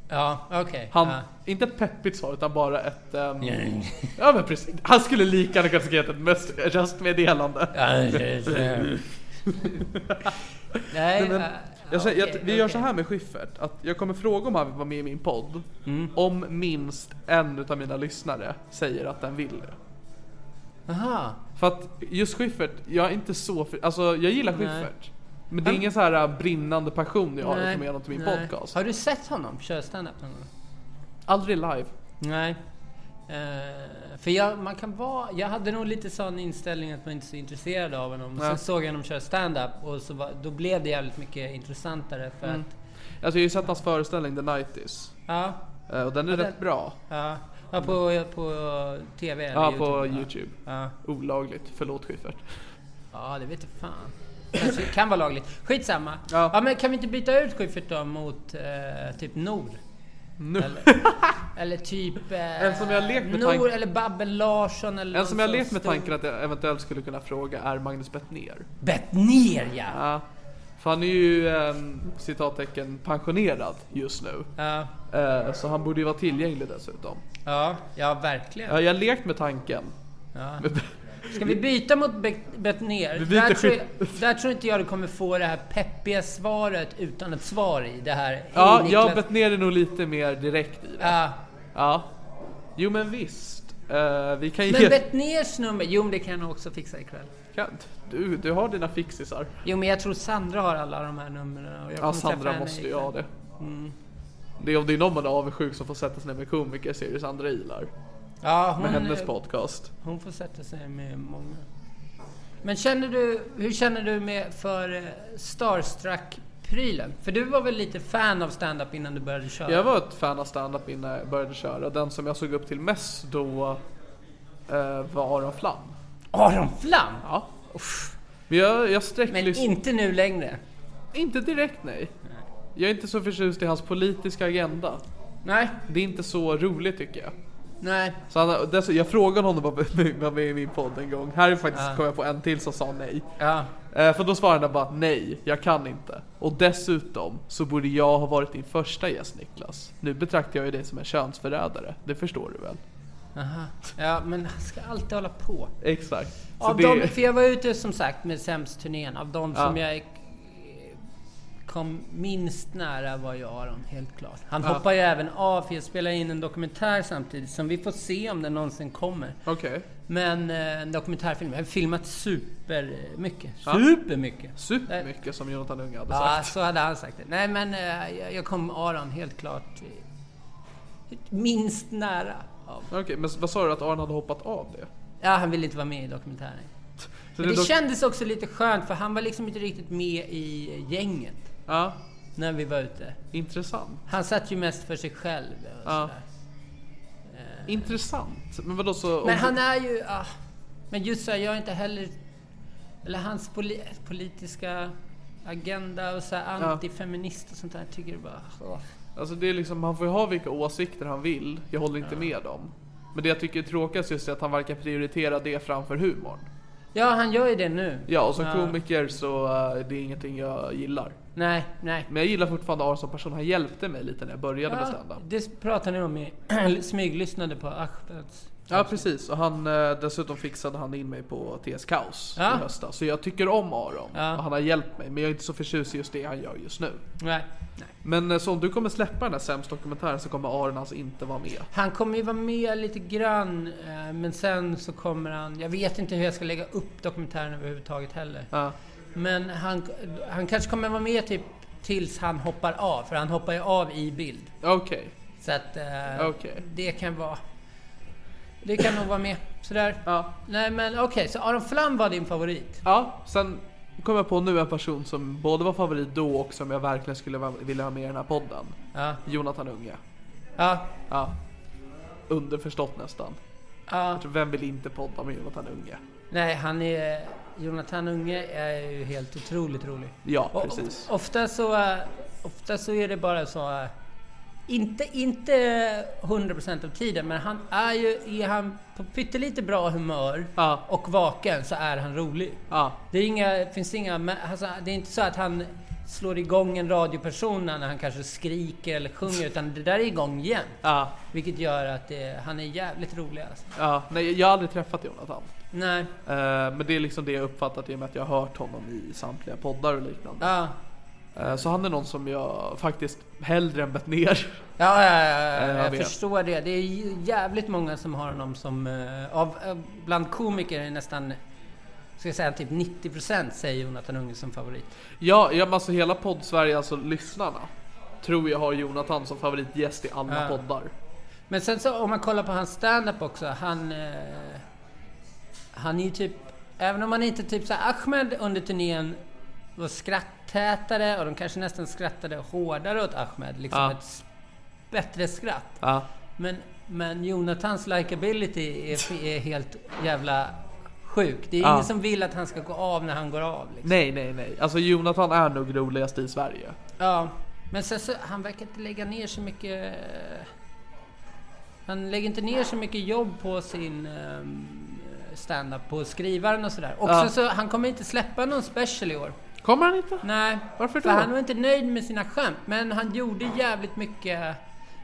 S2: Ja, okej.
S1: Han,
S2: Ja.
S1: inte ett peppigt svar utan bara ett... ehm, ja men precis. Han skulle lika gärna kunnat skriva ett mest- röstmeddelande.
S2: Nej,
S1: Nej, men,
S2: äh,
S1: jag, säger- jag, vi
S2: okej,
S1: gör
S2: okej.
S1: så här med Schyffert, att jag kommer fråga om han vill vara med i min podd om minst en av mina lyssnare säger att den vill det.
S2: Aha.
S1: För att just Schyffert, jag är inte så... För, alltså jag gillar
S2: Nej.
S1: Schyffert. Men det är ingen så här äh, brinnande passion jag har att få med honom till min
S2: nej.
S1: podcast.
S2: Har du sett honom köra standup någon gång?
S1: Aldrig live.
S2: Nej. Eh, för jag, man kan vara, jag hade nog lite sån inställning att man inte är så intresserad av honom.
S1: Nej.
S2: Sen såg jag honom köra stand-up och så var, då blev det jävligt mycket intressantare för att...
S1: Alltså jag har ju sett hans föreställning The 90s.
S2: Ja,
S1: eh, Och den är rätt bra.
S2: ja. ja på, på TV eller
S1: Ja,
S2: YouTube.
S1: på
S2: va?
S1: Youtube.
S2: Ja.
S1: Olagligt. Förlåt Schyffert.
S2: ja, det vet jag fan. Kanske kan vara lagligt. Skitsamma. Ja.
S1: Ja.
S2: men kan vi inte byta ut Schyffert då mot eh, typ Nord?
S1: Nu.
S2: Eller typ... Eh,
S1: En som jag har lekt med
S2: Nor
S1: tanken-
S2: eller Babbel Larsson eller
S1: En
S2: någon
S1: som jag har
S2: sån
S1: levt med
S2: stor-
S1: tanken att jag eventuellt skulle kunna fråga är Magnus Bettner.
S2: Bettner ja!
S1: Ja. För han är ju ehm, citattecken pensionerad just nu.
S2: Ja,
S1: Eh, så han borde ju vara tillgänglig dessutom.
S2: ja, ja verkligen.
S1: Ja, jag har lekt med tanken.
S2: Ja. Ska vi byta mot Be- Bettner?
S1: Vi byter
S2: Där, tror jag- där tror inte jag du kommer få det här peppiga svaret utan ett svar i. Det här "Hej,
S1: Ja,
S2: Niklas."
S1: jag har bett ner det nog lite mer direkt i det.
S2: Ja.
S1: Ja. Jo men visst. Eh, vi kan ju...
S2: Men Bettners nummer, jo men det kan jag också fixa ikväll.
S1: Kan- Du, du har dina fixisar.
S2: Jo men jag tror Sandra har alla de här numren. och
S1: Ja,
S2: jag kommer träffa
S1: Sandra
S2: henne
S1: måste ju
S2: ikväll. Mm.
S1: ha det. Det är om det är någon man är avundsjuk som får sätta sig ner med komiker så är det Sandra Ilar.
S2: Ja,
S1: Med hennes
S2: hon,
S1: podcast.
S2: hon får sätta sig med många. Men känner du, hur känner du med för eh, Starstruck-prylen? För du var väl lite fan av stand-up innan du började köra?
S1: Jag var ett fan av standup innan jag började köra. Den som jag såg upp till mest då eh, var Aron Flam.
S2: Aron Flam?
S1: Ja. Men jag, jag
S2: Men
S1: sträcklys...
S2: inte nu längre.
S1: inte direkt nej. Jag är inte så förtjust i hans politiska agenda.
S2: Nej,
S1: Det är inte så roligt tycker jag.
S2: nej.
S1: Så han, dessutom, jag frågade honom om han var med i min podd en gång. Här är faktiskt
S2: Ja.
S1: kom jag på en till som sa nej.
S2: Ja.
S1: Eh, För då svarade han bara att nej, jag kan inte. Och dessutom så borde jag ha varit din första gäst Niklas. Nu betraktar jag ju dig som en könsförrädare, det förstår du väl?
S2: Aha. ja, men han ska alltid hålla på.
S1: Exakt. Så
S2: Av
S1: det,
S2: dem, för jag var ute som sagt med Sämst-turnén. Av de som
S1: Ja.
S2: jag eh, kom minst nära var ju Aron, helt klart. Han hoppar ju även av för jag spelar in en dokumentär samtidigt som vi får se om den någonsin kommer.
S1: Okej.
S2: Men eh, en dokumentärfilm. Jag har filmat supermycket.
S1: Ja.
S2: Supermycket!
S1: Supermycket som Jonathan Unge hade
S2: Ja,
S1: sagt.
S2: så hade han sagt det. Nej, men eh, jag, jag kom Aron helt klart eh, minst nära. Av.
S1: Okej, men vad sa du att Aron hade hoppat av det?
S2: Ja, han ville inte vara med i dokumentären.
S1: Så
S2: Men det
S1: dock-
S2: kändes också lite skönt för han var liksom inte riktigt med i gänget
S1: Ja,
S2: när vi var ute.
S1: intressant.
S2: Han satt ju mest för sig själv och
S1: Ja.
S2: sådär.
S1: Intressant. Men vadå så... om-
S2: Men han är ju... Ah, men just så här, jag är inte heller... Eller hans poli, politiska agenda och så här,
S1: Ja.
S2: antifeminist och sånt där. Jag tycker det bara...
S1: Alltså det är liksom, han får ju ha vilka åsikter han vill. Jag håller inte med dem. Men det jag tycker är tråkigast just är att han verkar prioritera det framför humorn.
S2: Ja, han gör ju det nu.
S1: Ja, och som komiker så eh, det är ingenting jag gillar.
S2: Nej, nej.
S1: Men jag gillar fortfarande Aron som person. Han hjälpte mig lite när jag började med
S2: Ja,
S1: standup.
S2: det pratade ni om i smyglyssnade på Ahmeds.
S1: Ja, precis. Och han, eh, dessutom fixade han in mig på TS Kaos
S2: Ja.
S1: i höstas. Så jag tycker om Aron
S2: Ja.
S1: och han har hjälpt mig. Men jag är inte så förtjust i just det han gör just nu.
S2: Nej, nej.
S1: Men eh, så om du kommer släppa den här sämst dokumentären så kommer Aron alltså inte vara med.
S2: Han kommer ju vara med lite grann, eh, men sen så kommer han... Jag vet inte hur jag ska lägga upp dokumentären överhuvudtaget heller.
S1: Ja.
S2: Men han, han kanske kommer vara med typ tills han hoppar av, för han hoppar ju av i bild.
S1: Okej.
S2: Så att eh,
S1: Okej.
S2: det kan vara... Det kan nog vara med. Sådär.
S1: Ja.
S2: Nej men okej, så Aron Flam var din favorit?
S1: ja, sen kom jag på nu en person som både var favorit då och som jag verkligen skulle va- vilja ha med i den här podden.
S2: Ja.
S1: Jonathan Unge.
S2: Ja.
S1: Ja. Underförstått nästan.
S2: ja.
S1: Vem vill inte podda med Jonathan Unge?
S2: Nej, han är... Jonathan Unge är ju helt otroligt rolig.
S1: Ja,
S2: Och-
S1: precis.
S2: och Ofta så, eh, ofta så är det bara så... eh, Inte, inte 100% av tiden, men han är ju... Är han på pyttelite bra humör
S1: Ja.
S2: och vaken så är han rolig.
S1: Ja.
S2: Det, är inga, det finns inga... men Alltså, det är inte så att han slår igång en radioperson när han kanske skriker eller sjunger, utan det där är igång igen.
S1: Ja.
S2: Vilket gör att det, han är jävligt rolig alltså.
S1: Ja, nej jag har aldrig träffat Jonathan.
S2: Nej,
S1: Eh, men det är liksom det jag uppfattat i och med att jag har hört honom i samtliga poddar och liknande.
S2: ja.
S1: Eh, så han är någon som jag faktiskt hellre än bett ner.
S2: Ja, ja, ja, ja,
S1: Eh, jag
S2: jag
S1: vet.
S2: förstår det. Det är ju jävligt många som har honom som... eh, Av, eh, bland komiker är det nästan... Ska jag säga typ 90% säger Jonathan Unge som favorit.
S1: ja, ja men alltså hela podd-Sverige, alltså lyssnarna. Tror jag har Jonathan som favoritgäst i alla
S2: Ja.
S1: poddar.
S2: Men sen så om man kollar på hans stand-up också, han... eh, han är ju typ... Även om han inte typ så här, Ahmed under turnén var skrattätare och de kanske nästan skrattade hårdare åt Ahmed. Liksom
S1: Ja.
S2: ett s- bättre skratt.
S1: Ja.
S2: Men, men Jonathans likability är, är helt jävla sjuk. Det är
S1: Ja.
S2: ingen som vill att han ska gå av när han går av. Liksom.
S1: Nej, nej, nej. Alltså Jonathan är nog roligast i Sverige.
S2: Ja. Men sen så, han verkar inte lägga ner så mycket... eh, Han lägger inte ner så mycket jobb på sin um, stand-up, på skrivaren och sådär. Och
S1: Ja.
S2: sen så, han kommer inte släppa någon special i år.
S1: Kommer han inte?
S2: Nej.
S1: Varför
S2: För
S1: då?
S2: han var inte nöjd med sina skämt, men han gjorde jävligt mycket...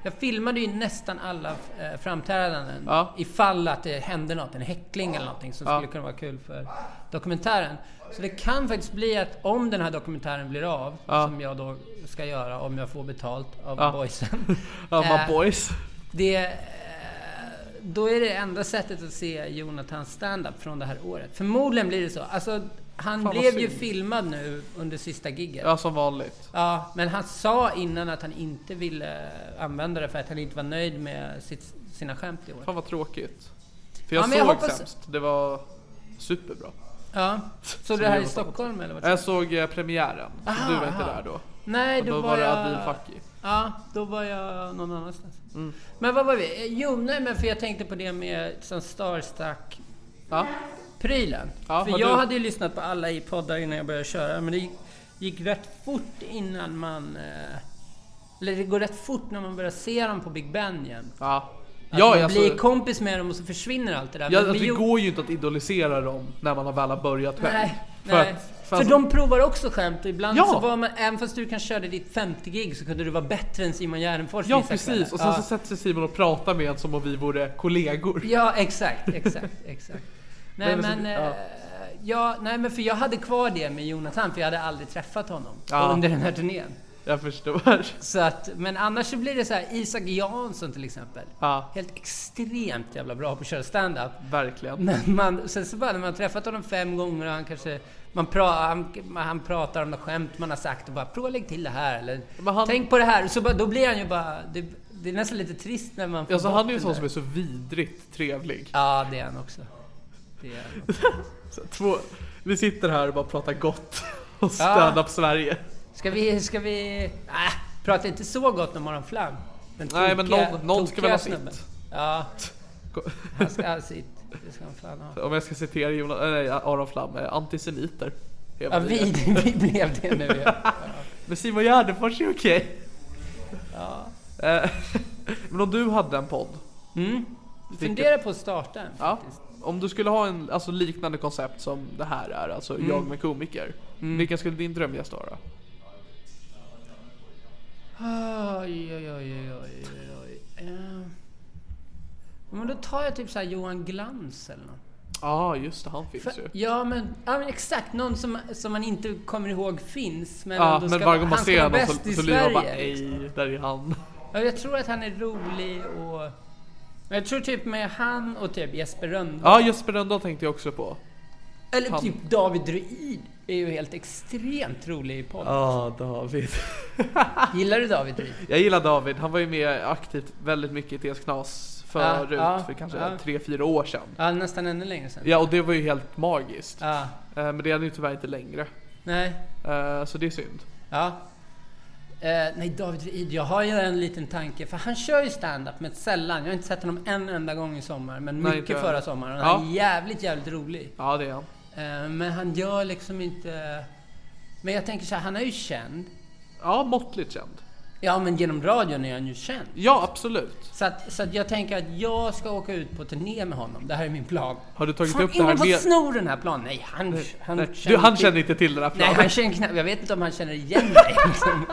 S2: Jag filmade ju nästan alla eh, framträdanden
S1: Ja.
S2: ifall att det hände något, en häckling eller någonting som
S1: Ja.
S2: skulle kunna vara kul för dokumentären. Så det kan faktiskt bli att om den här dokumentären blir av,
S1: Ja.
S2: som jag då ska göra om jag får betalt av
S1: Ja.
S2: boysen.
S1: Ja,
S2: eh,
S1: my boys.
S2: det, eh, då är det enda sättet att se Jonathans stand-up från det här året. Förmodligen blir det så. Alltså, han
S1: vad
S2: blev ju
S1: synd.
S2: filmad nu under sista giget.
S1: Ja, som vanligt.
S2: Ja, men han sa innan att han inte ville använda det för att han inte var nöjd med sitt, sina skämt i år.
S1: Fan vad tråkigt. För jag
S2: Ja, men
S1: såg
S2: jag hoppas-
S1: sämst. Det var superbra.
S2: Ja. Så det här i Stockholm eller? Vart?
S1: Jag såg eh, premiären. så
S2: Aha,
S1: du var inte
S2: aha.
S1: där då.
S2: Nej,
S1: Och
S2: då,
S1: då
S2: var,
S1: var det
S2: jag...
S1: Adil Fakir.
S2: Ja, då var jag någon annanstans.
S1: Mm.
S2: Men vad var vi? Eh, Jo, nej men för jag tänkte på det med som Starstack
S1: Ja.
S2: prylen.
S1: Ja,
S2: för
S1: har
S2: jag
S1: du-
S2: hade ju lyssnat på alla i poddar innan jag började köra, men det gick, gick rätt fort innan man... eh, Eller det går rätt fort när man börjar se dem på Big Ben igen.
S1: Ja.
S2: Att
S1: ja,
S2: man
S1: alltså,
S2: blir kompis med dem och så försvinner allt det där.
S1: ja,
S2: Men
S1: alltså,
S2: vi
S1: det
S2: gjorde-
S1: går ju inte att idolisera dem när man har väl har börjat själv.
S2: Nej,
S1: För
S2: nej.
S1: att-
S2: för
S1: alltså-
S2: de provar också skämt och ibland
S1: Ja.
S2: så var man, även fast du kan köra ditt 50-gig så kunde du vara bättre än Simon Gärdenfors
S1: Ja
S2: vissa
S1: precis,
S2: kvällar.
S1: och sen
S2: ja.
S1: så sätter sig Simon och pratar med en som om vi vore kollegor.
S2: Ja, exakt, exakt, exakt.
S1: Nej,
S2: Nej
S1: men
S2: men,
S1: så-
S2: eh,
S1: ja.
S2: ja, nej men för jag hade kvar det med Jonathan för jag hade aldrig träffat honom
S1: Ja.
S2: under den här turnén.
S1: Jag förstår.
S2: Så att, men annars så blir det så här, Isak Jansson till exempel.
S1: Ja,
S2: Helt extremt jävla bra på att köra stand-up.
S1: verkligen.
S2: Men man, sen så bara när man har träffat honom fem gånger och han kanske... Man pra, han, han pratar om något skämt man har sagt och bara prova lägg till det här eller
S1: Men han-
S2: tänk på det här. Så bara, då blir han ju bara... Det, det är nästan lite trist när man får
S1: Alltså
S2: bort
S1: han är ju en
S2: den
S1: sån
S2: där.
S1: som är så vidrigt trevlig.
S2: Ja, det är han också. Det är han. också.
S1: Så Två, vi sitter här och bara pratar gott om stand-up Sverige.
S2: Ska vi... Ska vi... Äh, prata inte så gott om Aron Flam. Den
S1: Nej, men
S2: tokiga-
S1: någon- någon ska
S2: tokiga
S1: väl ha
S2: snubben.
S1: sitt.
S2: Ja,
S1: Ko-
S2: han ska ha sitt. Det ska han fan ha.
S1: Om jag ska citera Jonas, äh, nej, Aron Flam, eh, antisemiter. är
S2: Ja,
S1: vad
S2: vi,
S1: är.
S2: vi blev det nu. Ja.
S1: Men Simon Gärdenfors är Eh, okej. Ja. Men om du hade en podd,
S2: Fundera på att starta en
S1: Ja.
S2: faktiskt.
S1: Om du skulle ha en alltså, liknande koncept som det här är, alltså jag med komiker. Vilken skulle din drömgäst vara?
S2: Oj, oj, oj, oj, oj, oj. Eh, Men då tar jag typ så här Johan Glans eller något.
S1: Ja, ah, just det, han finns
S2: För,
S1: ju.
S2: ja, men, ja men exakt, någon som, som man inte kommer ihåg finns men
S1: Ja,
S2: ändå
S1: men
S2: ska,
S1: varje gång man
S2: han ska
S1: ser
S2: vara
S1: honom
S2: bäst
S1: så,
S2: i
S1: så blir man bara
S2: Sverige. liksom.
S1: ej, där är han.
S2: ja, jag tror att han är rolig och... Men jag tror typ med han och typ Jesper Rönndahl.
S1: Ja, Jesper Rönndahl tänkte jag också på.
S2: eller
S1: han-
S2: typ David Ruid är ju helt extremt rolig i podd.
S1: Ja, David.
S2: Gillar du David Ruid?
S1: Jag gillar David, han var ju med aktivt väldigt mycket i TS Knas förut,
S2: ja,
S1: för kanske
S2: ja.
S1: 3-4 år sedan.
S2: Ja, nästan ännu längre sedan.
S1: Ja, och det var ju helt magiskt.
S2: Ja,
S1: Eh, Men det är han ju tyvärr inte längre.
S2: nej.
S1: Eh, Så det är synd.
S2: Ja. Eh, nej, David Reed, jag har ju en liten tanke. För han kör ju stand-up men sällan. Jag har inte sett honom en enda gång i sommar. Men
S1: Nej, inte
S2: mycket
S1: jag.
S2: förra sommaren. Och
S1: Ja.
S2: Han är jävligt, jävligt rolig.
S1: Ja, det är han.
S2: Eh, men han gör liksom inte... Men jag tänker så här, han är ju känd.
S1: Ja, måttligt känd.
S2: Ja, men genom radion är han ju känd.
S1: Ja, absolut.
S2: Så, att, så att jag tänker att jag ska åka ut på turné med honom. Det här är min plan.
S1: Har du tagit
S2: Fan,
S1: upp det här
S2: ingen får
S1: med-
S2: sno den här planen. Nej, han, han,
S1: Nej, Du,
S2: känner
S1: han
S2: till-
S1: känner inte till den här
S2: Nej,
S1: planen.
S2: han känner knappt... Jag vet inte om han känner igen mig. Liksom.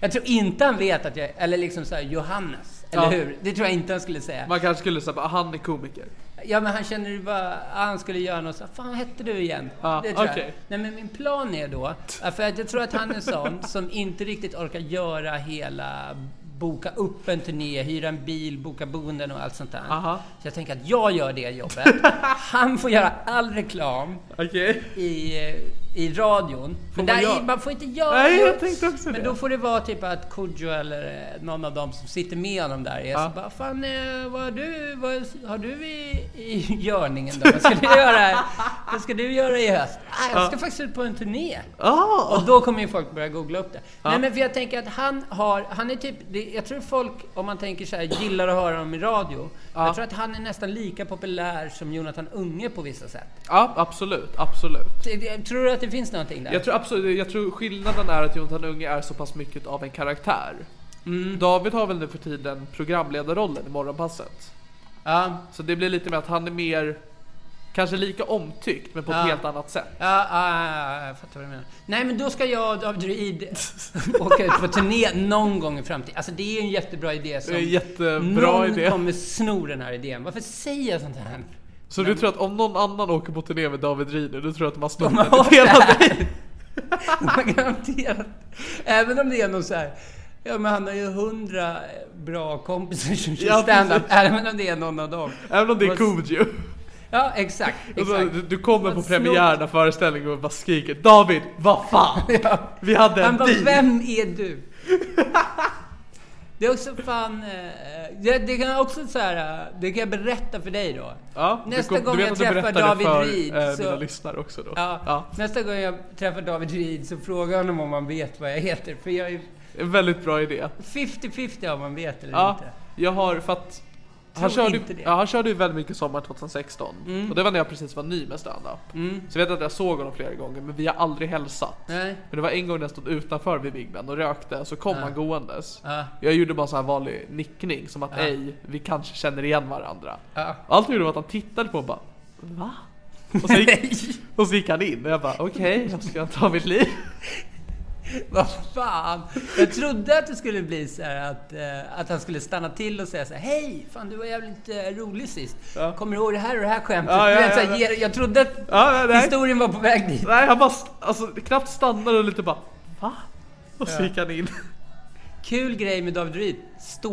S2: Jag tror inte han vet att jag... Eller liksom såhär, Johannes. Eller
S1: Ja.
S2: hur? Det tror jag inte han skulle säga.
S1: Man kanske skulle säga bara, han är komiker.
S2: Ja, men han känner ju bara... ah, Han skulle göra något såhär, fan vad hette du igen?
S1: Ja,
S2: det tror jag.
S1: okej.
S2: Nej, men min plan är då... ja, För att jag tror att han är sån som inte riktigt orkar göra hela... Boka upp en turné, hyra en bil, boka boenden och allt sånt där.
S1: Aha.
S2: Så jag tänker att jag gör det jobbet. Han får göra all reklam
S1: Okej.
S2: i, i radion.
S1: man
S2: men där,
S1: göra-
S2: i- man får inte göra
S1: Nej,
S2: det.
S1: jag tänkte också
S2: Men
S1: det.
S2: då får det vara typ att Kodjo eller eh, någon av dem som sitter med honom där är så bara Fan, eh, vad har du, vad har du i, i görningen då? Vad ska du göra, vad ska du göra i höst? Ah, jag ska faktiskt ut på en turné.
S1: Ah!
S2: Och då kommer ju folk börja googla upp det. Nej men för jag tänker att han har, han är typ, det, jag tror folk, om man tänker så här, gillar att höra honom i radio. Jag tror att han är nästan lika populär som Jonathan Unge på vissa sätt.
S1: Ja, absolut, absolut.
S2: Det- det- Tror du att det finns någonting där?
S1: Jag tror absolut, jag tror skillnaden är att Jonathan Unge är så pass mycket av en karaktär.
S2: Mm.
S1: David har väl nu för tiden programledarrollen i Morgonpasset.
S2: Ja,
S1: Så det blir lite mer att han är mer, kanske lika omtyckt men på ett
S2: Ja.
S1: helt annat sätt.
S2: ja, ja, ja, ja, jag fattar vad du menar. Nej, men då ska jag och David Druid åka ut på turné någon gång i framtiden. Alltså det är en jättebra idé som...
S1: Det är en jättebra
S2: någon
S1: idé.
S2: kommer sno den här idén. Varför säger jag sånt här?
S1: Så du tror att om någon annan åker på turné med David Rieder, du tror att de har snott den hela dig?
S2: Man garanterat. Även om det är någon så här... Ja, men han har ju hundra bra kompisar som kör
S1: Ja,
S2: standup.
S1: precis.
S2: Även om det är någon av dem.
S1: Även om det är
S2: Vad-
S1: Kodjo.
S2: Ja, exakt.
S1: Alltså,
S2: exakt.
S1: du, du kommer på
S2: Vad
S1: premiären av föreställningen och bara skriker David, vad fan! Vi hade en
S2: Han bara,
S1: deal!
S2: vem är du? Det är också fan... eh, Det, det kan jag också så här, eh, det kan jag berätta för dig då.
S1: Ja, du
S2: Nästa
S1: kom-
S2: gång
S1: du vet
S2: jag
S1: att du
S2: träffar
S1: berättade
S2: David
S1: för,
S2: Reed
S1: eh,
S2: så-
S1: mina lyssnare också då.
S2: Ja,
S1: Ja.
S2: Nästa gång jag träffar David Reed så frågar jag honom om han vet vad jag heter. För jag är
S1: En väldigt bra idé.
S2: 50-50 om han vet eller
S1: Ja,
S2: inte.
S1: jag har för att han
S2: Tror
S1: körde,
S2: inte det. Mm.
S1: ju- ja, han körde ju väldigt mycket sommar 2016 och det var när jag precis var ny med standup. Så jag vet att jag såg honom flera gånger men vi har aldrig hälsat.
S2: Nej.
S1: Men det var en gång när jag stod utanför vid Big Ben och rökte så kom han gåendes.
S2: Ja.
S1: Jag gjorde bara en sån här vanlig nickning som att ej, vi kanske känner igen varandra.
S2: Ja.
S1: Och allt jag gjorde var att han tittade på mig och bara va? Och så gick, och så gick han in och jag bara okej, jag ska ta mitt liv.
S2: Vad fan! Jag trodde att det skulle bli så här att, eh, att han skulle stanna till och säga så här Hej! Fan du var jävligt eh, rolig sist.
S1: Ja.
S2: Kommer du ihåg det här och det här skämtet?
S1: Ja,
S2: Du
S1: ja,
S2: vet, så
S1: ja,
S2: här,
S1: ja.
S2: ge- Jag trodde att
S1: Ja, nej.
S2: historien var på väg dit.
S1: Nej, han bara st- alltså, knappt stannade och lite bara va? Och så gick han in.
S2: Kul grej med David Reed.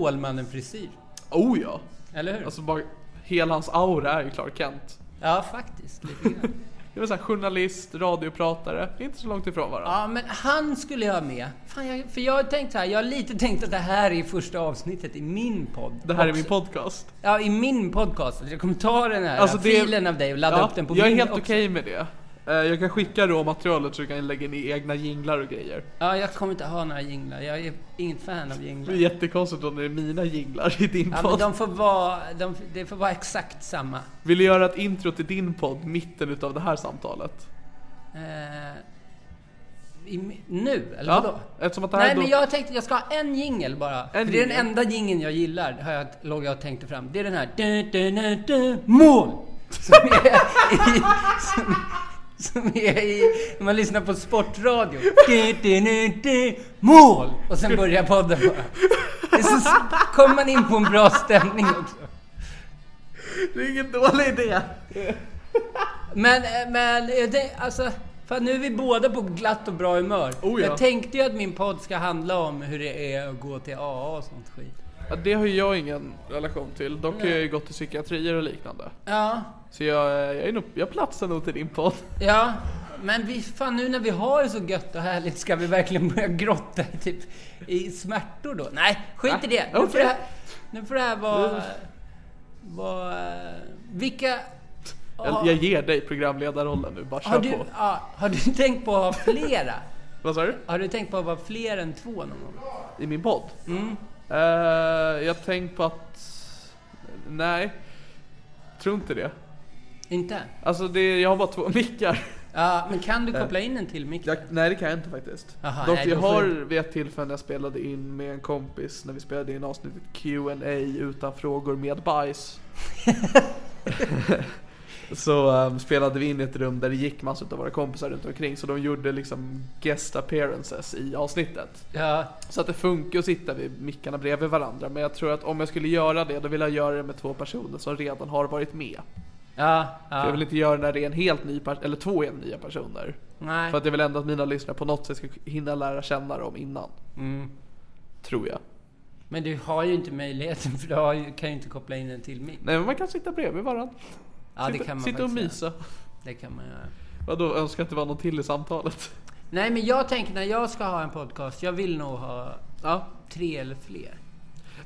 S2: Stålmannen-frisyr.
S1: Oh ja!
S2: Eller hur?
S1: Alltså bara, hela hans aura är ju Clark Kent.
S2: ja, faktiskt. Lite grann.
S1: Det var såhär journalist, radiopratare, inte så långt ifrån varandra.
S2: Ja, men han skulle jag ha med. Fan, jag, för jag har tänkt så här, jag har lite tänkt att det här är första avsnittet i min podd.
S1: Det här är
S2: också.
S1: min podcast.
S2: Ja, i min podcast. Jag kommer ta den här
S1: Alltså, det-
S2: filen av dig och ladda
S1: Ja,
S2: upp den på
S1: jag är
S2: min
S1: helt
S2: också.
S1: okej med det. Eh, Jag kan skicka råmaterialet så du kan lägga in i egna jinglar och grejer.
S2: Ja, jag kommer inte ha några jinglar. Jag är inget fan av
S1: Det är
S2: jinglar.
S1: jättekonstigt då när det är mina jinglar i din
S2: Ja, men
S1: podd.
S2: de får vara, de, det får vara exakt samma.
S1: Vill du göra ett intro till din podd mitten utav det här samtalet?
S2: Eh, I, nu? Eller
S1: Ja,
S2: vadå?
S1: eftersom att det här
S2: Nej,
S1: är då...
S2: men jag tänkte jag ska ha en jingel bara. För det är den
S1: jingle.
S2: enda jingeln jag gillar, har jag, låg jag och tänkte fram. Det är den här... Du, du, du, du, mål! Som är i... Som, som är i... När man lyssnar på sportradio. Du, du, du, du, mål! Och sen börjar podden bara. Det är så kommer man in på en bra stämning också.
S1: Det är ingen dålig idé.
S2: Men, eh, men eh, det, alltså, för nu är vi båda på glatt och bra humör.
S1: Oh ja.
S2: Jag tänkte ju att min podd ska handla om hur det är att gå till AA och sånt skit.
S1: Ja, det har ju jag ingen relation till. Dock har jag ju gått till psykiatrier och liknande.
S2: Ja,
S1: Så jag, eh, jag, är nog, jag platsar nog till din podd.
S2: ja. Men vi, fan nu när vi har det så gött och härligt ska vi verkligen börja grotta i typ, i smärtor då? Nej, skit i det. Nu får
S1: okej. Mm.
S2: det här, nu får det här vara... vara eh, vilka...
S1: Jag, jag ger dig programledarrollen nu, bara
S2: Har
S1: kör
S2: du,
S1: på.
S2: ja, har du tänkt på att ha flera?
S1: Vad sa du?
S2: Har du tänkt på att vara fler än två någon gång?
S1: I min podd?
S2: Mm.
S1: Eh, jag tänkte på att... Nej. Tror inte det.
S2: Inte?
S1: Alltså det, jag har bara två mickar.
S2: Ja, men kan du koppla in en till mick?
S1: Jag, nej det kan jag inte faktiskt.
S2: Aha,
S1: Dock
S2: nej,
S1: jag
S2: då får
S1: har
S2: du-
S1: vid ett tillfälle när jag spelade in med en kompis när vi spelade in avsnittet Q&A utan frågor med bajs. så ehm, spelade vi in i ett rum där det gick massor av våra kompisar runt omkring så de gjorde liksom guest appearances i avsnittet.
S2: Ja,
S1: Så att det funkar att sitta vid mickarna bredvid varandra men jag tror att om jag skulle göra det då vill jag göra det med två personer som redan har varit med.
S2: ja,
S1: För jag
S2: ja.
S1: vill inte göra det när det är en helt ny per- eller två helt nya personer.
S2: Nej.
S1: För att jag vill ändå att mina lyssnare på något sätt ska hinna lära känna dem innan. Tror jag.
S2: Mm. Men du har ju inte möjligheten för du har ju, kan ju inte koppla in en till mick.
S1: Nej men man kan sitta bredvid varandra.
S2: Ja, det
S1: sitta
S2: kan man
S1: sitta och
S2: faktiskt göra.
S1: mysa.
S2: Det kan man göra.
S1: Vadå, önskar att det var någon till i samtalet?
S2: Nej, men jag tänker när jag ska ha en podcast, jag vill nog ha
S1: Ja.
S2: tre eller fler.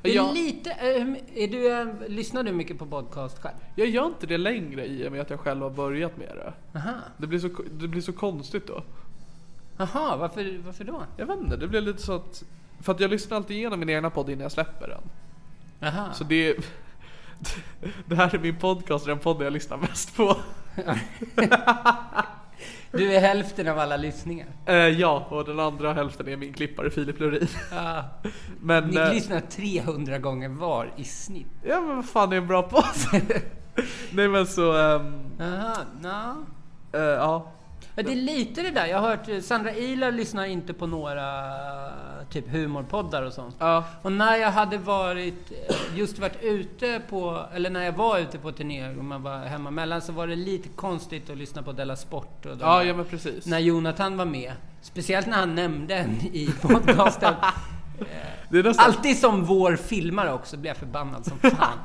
S2: Det är
S1: Jag,
S2: lite, eh, hur- är du, eh, lyssnar du mycket på podcast själv?
S1: jag gör inte det längre i och med att jag själv har börjat med det.
S2: Aha.
S1: Det blir så, det blir så konstigt då.
S2: Aha, varför, varför då?
S1: Jag vet inte, det blir lite så att... För att jag lyssnar alltid igenom min egna podd innan jag släpper den.
S2: Aha.
S1: Så det är... Det här är min podcast, den podden jag lyssnar mest på.
S2: Du är hälften av alla lyssningar.
S1: Eh, ja, och den andra hälften är min klippare Filip Lurin.
S2: Ja.
S1: Men...
S2: Ni
S1: eh,
S2: lyssnar 300 gånger var i snitt.
S1: Ja men vad fan det är en bra podd? Nej men så, ehm,
S2: Aha, no.
S1: eh, ja.
S2: Ja, det är lite det där. Jag har hört eh, Sandra Ilar lyssnar inte på några eh, typ humorpoddar och sånt.
S1: ja.
S2: Och när jag hade varit, eh, just varit ute på, eller när jag var ute på turné och man var hemma mellan så var det lite konstigt att lyssna på Della Sport och de
S1: Ja,
S2: där.
S1: ja men precis.
S2: när Jonathan var med. Speciellt när han nämnde en i podcasten.
S1: Det är nästan,
S2: Alltid som vår filmare också blir jag förbannad som fan.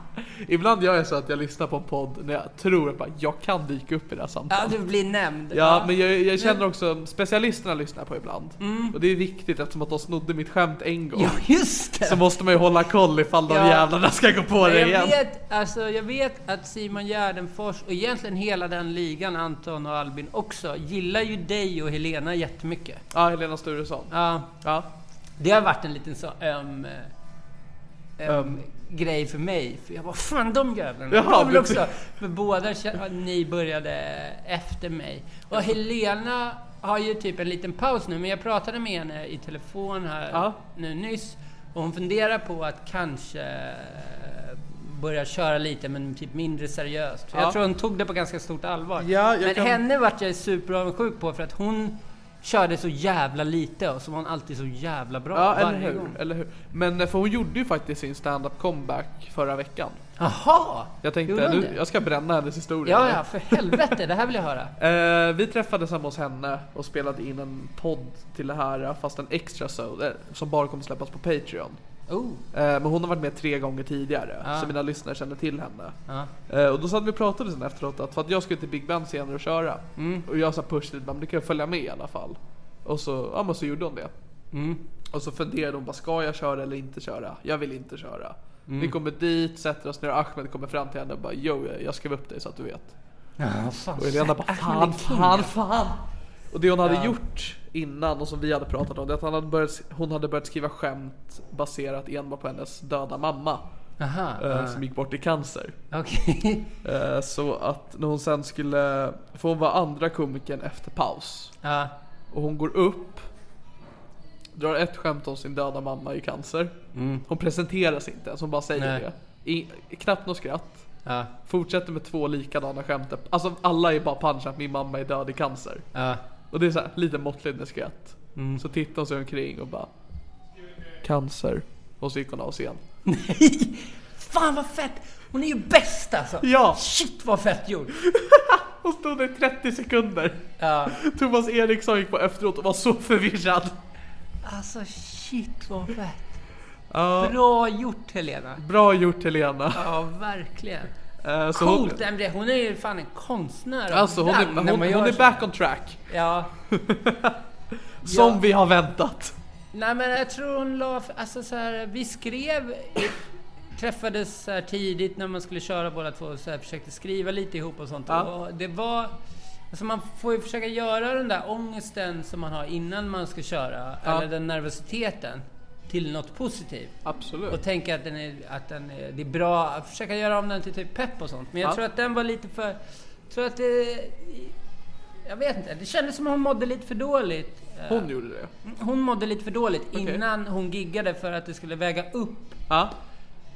S1: Ibland gör jag så att jag lyssnar på en podd när jag tror att bara, jag kan dyka upp i det här
S2: Ja,
S1: samtalet.
S2: du blir nämnd.
S1: Ja men jag, jag känner också, specialisterna lyssnar på ibland.
S2: Mm.
S1: Och det är viktigt eftersom att de snodde mitt skämt en gång.
S2: Ja, just det!
S1: Så måste man ju hålla koll ifall de
S2: Ja.
S1: jävlarna ska gå på det
S2: Men
S1: igen.
S2: jag, vet, alltså, jag vet att Simon Gärdenfors och egentligen hela den ligan, Anton och Albin också, gillar ju dig och Helena jättemycket.
S1: Ja, Helena Sturesson.
S2: Ja,
S1: Ja.
S2: det har varit en liten så öm, eh, öm grej för mig. För jag var fan de jävlarna.
S1: Jaha,
S2: Jag vill
S1: men-
S2: också. För båda kä- ni började efter mig. Och Helena har ju typ en liten paus nu, men jag pratade med henne i telefon här
S1: Ja.
S2: nu nyss. Och hon funderar på att kanske börja köra lite men typ mindre seriöst. För
S1: Ja.
S2: Jag tror hon tog det på ganska stort allvar.
S1: Ja, jag
S2: men
S1: kan-
S2: henne vart jag superavundsjuk på för att hon körde så jävla lite och så var hon alltid så jävla bra
S1: Ja, eller
S2: varje
S1: hur,
S2: gång.
S1: eller hur. Men eh, för hon gjorde ju faktiskt sin stand-up comeback förra veckan.
S2: Jaha!
S1: Jag tänkte,
S2: Gjorde hon
S1: nu,
S2: det?
S1: jag ska bränna hennes historia.
S2: Ja, ja, för helvete. Det här vill jag höra.
S1: Eh, vi träffades hemma hos henne och spelade in en podd till det här fast en extra show eh, som bara kommer släppas på Patreon.
S2: Oh,
S1: Eh, men hon har varit med tre gånger tidigare
S2: Ah.
S1: så mina lyssnare känner till henne.
S2: ja.
S1: Eh, och då satt vi och pratade sen efteråt att för att jag skulle till Big Ben senare och köra
S2: Mm.
S1: och jag sa push lite men du kan ju följa med i alla fall. Och så, ja, men så gjorde hon det.
S2: Mm.
S1: Och så funderade hon bara ska jag köra eller inte köra? Jag vill inte köra. Vi kommer dit, sätter oss ner och Ahmed kommer fram till henne och bara jo jag skrev upp dig så att du vet.
S2: Ja, fan.
S1: Och Helena bara fan, fan, fan. Och det hon hade gjort innan och som vi hade pratat om det är att han hade börjat, hon hade börjat skriva skämt baserat enbart på hennes döda mamma.
S2: Aha,
S1: eh,
S2: ja.
S1: Som gick bort i cancer.
S2: okej.
S1: Eh, Så att när hon sen skulle, för hon var andra komikern efter paus.
S2: Ja,
S1: Och hon går upp, drar ett skämt om sin döda mamma i cancer. Hon presenteras inte ens, hon bara säger
S2: Mm. Nej.
S1: det. I, knappt något skratt.
S2: Ja,
S1: Fortsätter med två likadana skämt. Alltså alla är bara punch att min mamma är död i cancer.
S2: ja.
S1: Och det är så här, lite måttligt med skratt.
S2: Mm.
S1: Så tittar hon sig omkring och bara... Cancer. Och så gick hon av scen.
S2: Nej! Fan vad fett! Hon är ju bäst alltså!
S1: Ja!
S2: Shit vad fett gjort!
S1: Hon stod där i 30 sekunder.
S2: Ja.
S1: Thomas Eriksson gick på efteråt och var så förvirrad.
S2: Alltså shit vad fett!
S1: Ja.
S2: Bra gjort Helena!
S1: Bra gjort Helena.
S2: Ja, verkligen.
S1: Eh, så hon-
S2: Coolt! Hon... hon är ju fan en konstnär av
S1: Alltså hon är,
S2: rang
S1: hon,
S2: när man gör
S1: hon är
S2: så.
S1: back on track.
S2: Ja.
S1: Som
S2: Ja.
S1: vi har väntat.
S2: Nej men jag tror hon la, alltså så här, vi skrev, träffades så här tidigt när man skulle köra båda två och så här, försökte skriva lite ihop och sånt.
S1: Ja.
S2: Och det var, alltså man får ju försöka göra den där ångesten som man har innan man ska köra,
S1: Ja.
S2: eller den nervositeten, till något positivt. Och
S1: Absolut.
S2: tänka att, den är, att den är, det är bra, att försöka göra om den till typ pepp och sånt. Men jag
S1: Ja.
S2: tror att den var lite för... Jag tror att det... Jag vet inte, det kändes som hon mådde lite för dåligt. Eh,
S1: Hon gjorde det.
S2: hon mådde lite för dåligt
S1: Okej.
S2: innan hon giggade för att det skulle väga upp.
S1: Ja,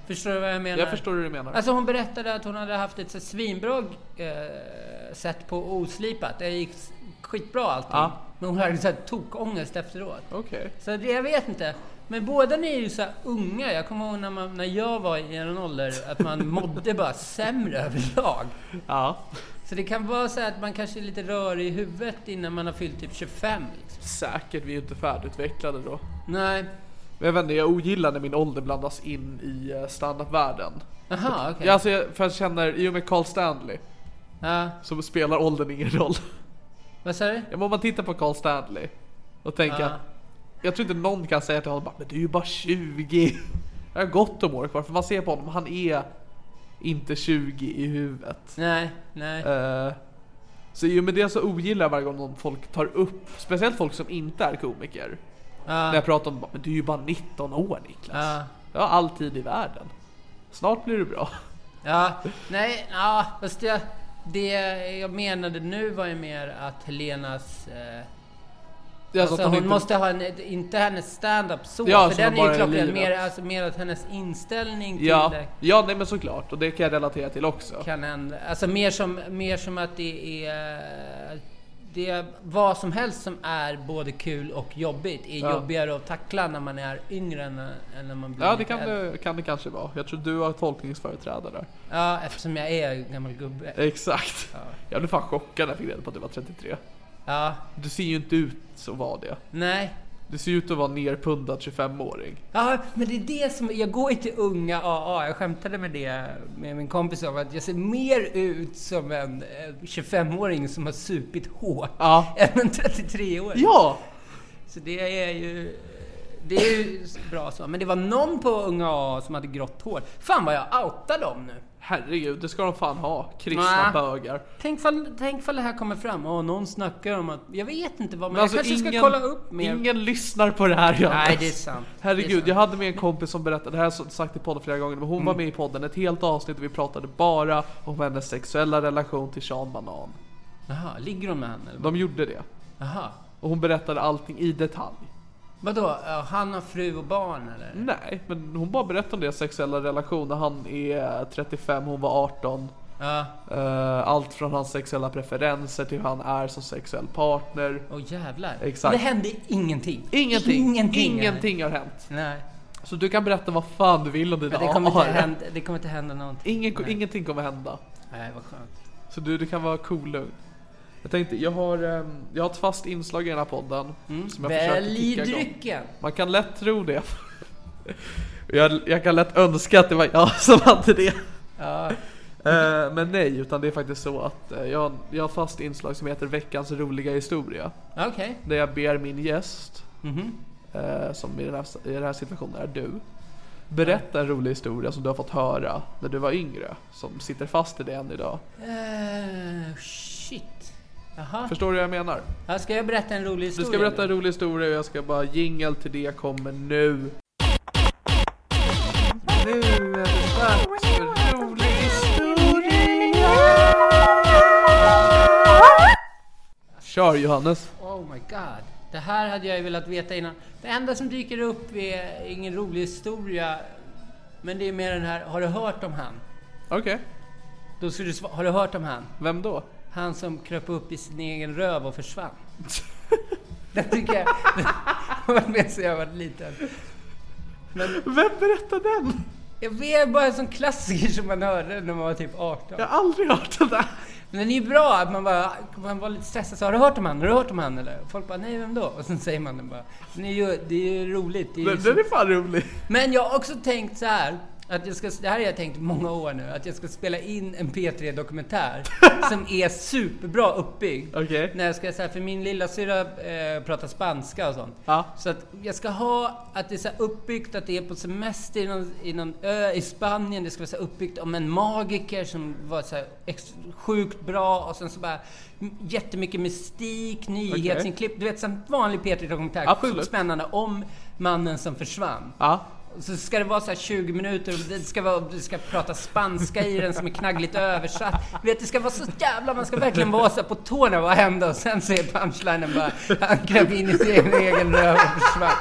S2: Förstår du vad jag menar?
S1: jag förstår hur du menar.
S2: Alltså hon berättade att hon hade haft ett så här svinbra eh, sätt på oslipat. Det gick s- skitbra allting.
S1: Ja.
S2: Men hon hade så här tokångest efteråt.
S1: Okej.
S2: Så det, jag vet inte. Men båda ni är ju så här unga. Jag kommer ihåg när, man, när jag var i en ålder att man mådde bara sämre överlag.
S1: Ja.
S2: Så det kan vara så här att man kanske är lite rörig i huvudet innan man har fyllt typ 25. Liksom.
S1: Säkert, vi är ju inte färdigutvecklade då.
S2: Nej.
S1: Men jag vet inte, jag ogillar när min ålder blandas in i eh, standardvärlden.
S2: Aha, okej.
S1: Ja, alltså jag, för jag känner, i och med Carl Stanley
S2: Ja.
S1: så spelar åldern ingen roll.
S2: Vad sa du?
S1: Ja, men Om man tittar på Carl Stanley och tänker
S2: Ja.
S1: att jag tror inte någon kan säga till honom bara, men du är ju bara 20. Jag har gott om år kvar, för man ser på honom, han är inte 20 i huvudet.
S2: Nej, nej.
S1: Eh, så i och med det så ogillar jag varje gång någon folk tar upp, speciellt folk som inte är komiker. När
S2: Ja.
S1: jag pratar om, bara, men du är ju bara 19 år Niklas.
S2: Ja.
S1: Jag har all tid i världen. Snart blir du bra.
S2: Alltså, Ja, nej, ja, fast jag, det jag menade nu var ju mer att Helenas... Eh,
S1: Det är
S2: alltså
S1: att
S2: hon
S1: inte-
S2: måste ha en, inte hennes stand-up så,
S1: Ja,
S2: för
S1: som
S2: den
S1: bara
S2: är
S1: är
S2: ju klockren.
S1: livet.
S2: Mer, alltså, mer att hennes inställning till
S1: Ja,
S2: det
S1: ja nej men såklart. Och det kan jag relatera till också.
S2: kan ändra. Alltså mer som, mer som att det är... Det är vad som helst som är både kul och jobbigt är
S1: Ja.
S2: jobbigare att tackla när man är yngre än, än när man blir
S1: Ja det
S2: lite
S1: kan
S2: äldre.
S1: det, kan det kanske vara. Jag tror du har tolkningsföreträde där.
S2: Ja, eftersom jag är en gammal gubbe.
S1: Eh. Exakt.
S2: Ja.
S1: Jag blev fan chockad när jag fick reda på att du var 33.
S2: Ja,
S1: Du ser ju inte ut att vara det.
S2: nej.
S1: Du ser ut att vara nerpundad 25-åring.
S2: Ja, men det är det som... Jag går ju till unga AA. Jag skämtade med det med min kompis om att jag ser mer ut som en eh, 25-åring som har supit hårt
S1: Ja.
S2: än en 33-åring.
S1: Ja!
S2: Så det är ju... Det är ju bra så. Men det var någon på Unga AA som hade grått hår. Fan vad jag outar dem nu.
S1: Herregud, det ska de fan ha. Kristna
S2: Nej.
S1: bögar.
S2: Tänk fall, tänk fall det här kommer fram. Åh, någon snackar om att... Jag vet inte vad, men,
S1: Men alltså,
S2: jag kanske
S1: ingen-
S2: ska kolla upp mer.
S1: Ingen lyssnar på det här Jonas.
S2: Nej, det är sant. det är Mm.
S1: Herregud,
S2: sant.
S1: jag hade med en kompis som berättade, det här har jag sagt i podden flera gånger, men hon var med i podden ett helt avsnitt och vi pratade bara om hennes sexuella relation till Sean Banan.
S2: Jaha, ligger hon med han eller? vad?
S1: De gjorde det.
S2: Jaha.
S1: Och hon berättade allting i detalj.
S2: Vadå, eh, han har fru och barn eller?
S1: Nej, men hon bara berättade om deras sexuella relation när han är 35, hon var 18.
S2: Ja,
S1: Eh, allt från hans sexuella preferenser till hur han är som sexuell partner.
S2: åh jävlar.
S1: Exakt.
S2: Det hände ingenting.
S1: Ingenting!
S2: Ingenting.
S1: Ingenting har hänt.
S2: Nej,
S1: Så du kan berätta vad fan du vill om dina
S2: men det kommer, inte
S1: AR.
S2: hända, det kommer inte hända någonting.
S1: Ingen,
S2: Nej.
S1: Ingenting kommer hända.
S2: Nej, vad skönt.
S1: Så du, du kan vara cool lugn. Jag tänkte, jag har, ehm, jag har ett fast inslag i den här podden.
S2: Mm.
S1: Som jag försöker
S2: Välj
S1: kicka igång.
S2: drycken!
S1: Man kan lätt tro det. Jag, jag kan lätt önska att det var jag som hade det.
S2: Ja,
S1: Eh, men nej, utan det är faktiskt så att eh, jag, jag har fast inslag som heter Veckans roliga historia.
S2: okej.
S1: Där jag ber min gäst,
S2: Mhm.
S1: eh, som i den, här, i den här situationen är du, berätta en rolig historia som du har fått höra när du var yngre. Som sitter fast i det än idag.
S2: Eh, shit. Jaha.
S1: Förstår du vad jag menar?
S2: Ja, ska jag berätta en rolig
S1: Du
S2: historia?
S1: ska berätta en
S2: nu?
S1: rolig historia och jag ska bara jingel till det kommer nu. Nu är det dags för rolig historia! Kör Johannes!
S2: Åh, oh my god. Det här hade jag ju velat veta innan. Det enda som dyker upp är ingen rolig historia. Men det är mer den här, har du hört om han?
S1: Okej,
S2: Då ska du svara, har du hört om han?
S1: vem då?
S2: Han som kröp upp i sin egen röv och försvann. det tycker jag, det var med sig jag var liten.
S1: Vem berättar den?
S2: Jag vet bara en sån klassiker som man hörde när man var typ 18.
S1: Jag har aldrig hört den där.
S2: Men den är ju bra att man bara, man var lite stressad så har du hört om han? Har du hört om han eller? Folk bara, nej vem då? Och sen säger man den bara. Den är ju, det är ju roligt. Det är ju
S1: Den,
S2: så...
S1: den är fan rolig.
S2: Men jag har också tänkt så här. Att jag ska, det här har jag tänkt i många år nu, att jag ska spela in en P3-dokumentär som är superbra uppbyggd.
S1: Okej.
S2: När jag ska, så här, för min lillasyrra eh, pratar spanska och sånt.
S1: Ja.
S2: Så att jag ska ha att det är så här uppbyggt att det är på semester i någon, i någon ö i Spanien. Det ska vara så här uppbyggt om en magiker som var så här ex, sjukt bra och sen så bara m- jättemycket mystik, nyhetsinklipp. Du vet, som en vanlig P3-dokumentär. Sjukt
S1: Absolut.
S2: spännande om mannen som försvann.
S1: Ja.
S2: Så ska det vara så här 20 minuter och det ska, vara, det ska prata spanska i den som är knaggligt översatt. Du vet, det ska vara så jävla... Man ska verkligen vara så här på tårna. Vad hände? Och sen så är punchlinen bara... Han kröp in i sin egen röv och försvann.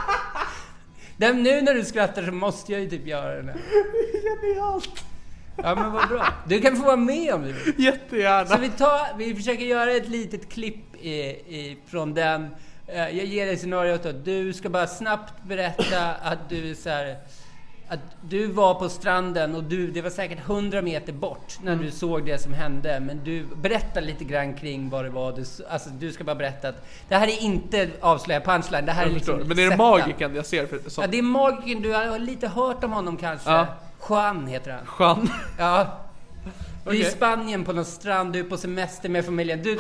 S2: Den, nu när du skrattar så måste jag ju typ göra den här.
S1: Genialt.
S2: Ja men vad bra. Du kan få vara med om du vill. Så
S1: Jättegärna.
S2: vi, tar, vi försöker göra ett litet klipp i, i, från den. Eh, Jag ger dig scenariot då. Du ska bara snabbt berätta att du är så här, att du var på stranden och du, det var säkert 100 meter bort
S1: Mm.
S2: när du såg det som hände. Men du, berätta lite grann kring vad det var. Du, s- alltså, du ska bara berätta att det här är inte avslöja punchline. Det här är
S1: Jag
S2: liksom
S1: förstår. Men är det
S2: sätta.
S1: magiken jag ser? För, som
S2: Ja, det är magiken. Du har lite hört om honom kanske.
S1: Ja.
S2: Juan heter han.
S1: Jean.
S2: Ja. Du är i
S1: Okej.
S2: Spanien på någon strand, du är på semester med familjen. Du,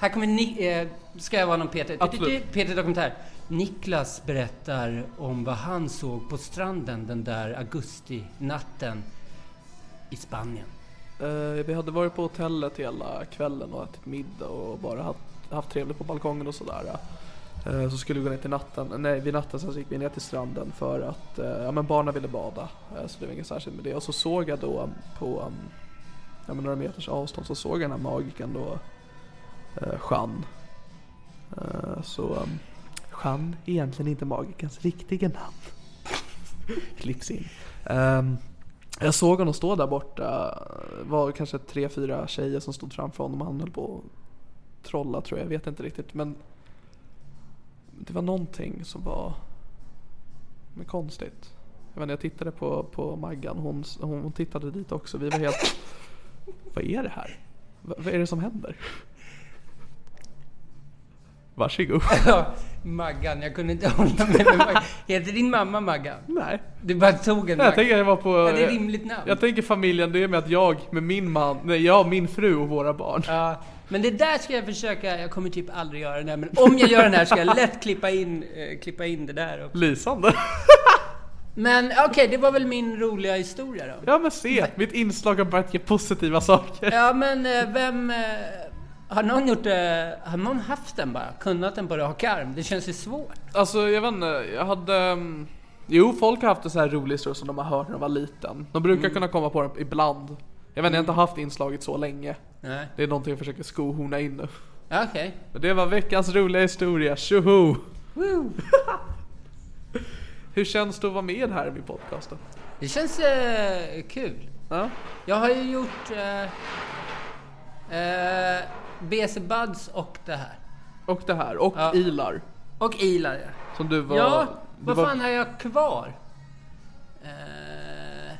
S2: här kommer ni... Eh, ska jag vara någon Peter?
S1: Absolut.
S2: Peter Dokumentär. Niklas berättar om vad han såg på stranden den där augustinatten i Spanien.
S1: Eh, vi hade varit på hotellet hela kvällen och ätit middag och bara haft, haft trevligt på balkongen och sådär. Eh, så skulle vi gå ner till natten, nej vid natten sen så gick vi ner till stranden för att eh, ja, men barnen ville bada. Eh, så det var inget särskilt med det. Och så såg jag då um, på um, ja, men några meters avstånd så såg jag den här magiken då, eh, Jean. Eh, så um, Jean är egentligen inte magikens riktiga namn. Klipps in. Ehm, jag såg honom stå där borta. Det var kanske tre, fyra tjejer som stod framför honom och han höll på att trolla tror jag. Jag vet inte riktigt. Men det var någonting som var men konstigt. Jag, vet inte, jag tittade på, på Maggan. Hon, hon tittade dit också. Vi var helt... Vad är det här? Va, vad är det som händer? Varsågod.
S2: Ja, Maggan, jag kunde inte hålla mig med Maggan. Heter din mamma Maggan?
S1: Nej.
S2: Du bara tog en
S1: Jag
S2: Maggan.
S1: tänker det var på...
S2: Ja, det är rimligt namn.
S1: Jag tänker familjen, det är med att jag med min man, nej jag, min fru och våra barn.
S2: Ja, men det där ska jag försöka. Jag kommer typ aldrig göra den här, men om jag gör den här ska jag lätt klippa in, eh, klippa in det där också.
S1: Lysande.
S2: Men okej, det var väl min roliga historia då.
S1: Ja men se, mitt inslag har börjat ge positiva saker.
S2: Ja, men eh, vem... eh, Har någon gjort det? Har någon haft den bara? Kunnat den på rak arm? Det känns ju svårt.
S1: Alltså jag vet inte, jag hade... ehm, Jo, folk har haft en så här rolig historia som de har hört när de var liten. De brukar kunna komma på den ibland. Jag vet inte, jag har inte haft inslaget så länge.
S2: Nej.
S1: Det är någonting jag försöker skohorna in nu.
S2: Okej.
S1: Men det var veckans roliga historia, tjoho!
S2: Woo.
S1: Hur känns det att vara med här i min podcast då?
S2: Det känns eh, kul.
S1: Ja?
S2: Jag har ju gjort... Eh, eh, BC Buds och det här.
S1: Och det här, och
S2: Ja.
S1: Ilar.
S2: Och Ilar, ja.
S1: Som du var...
S2: Ja,
S1: du
S2: vad
S1: var-
S2: fan har jag kvar? Eh,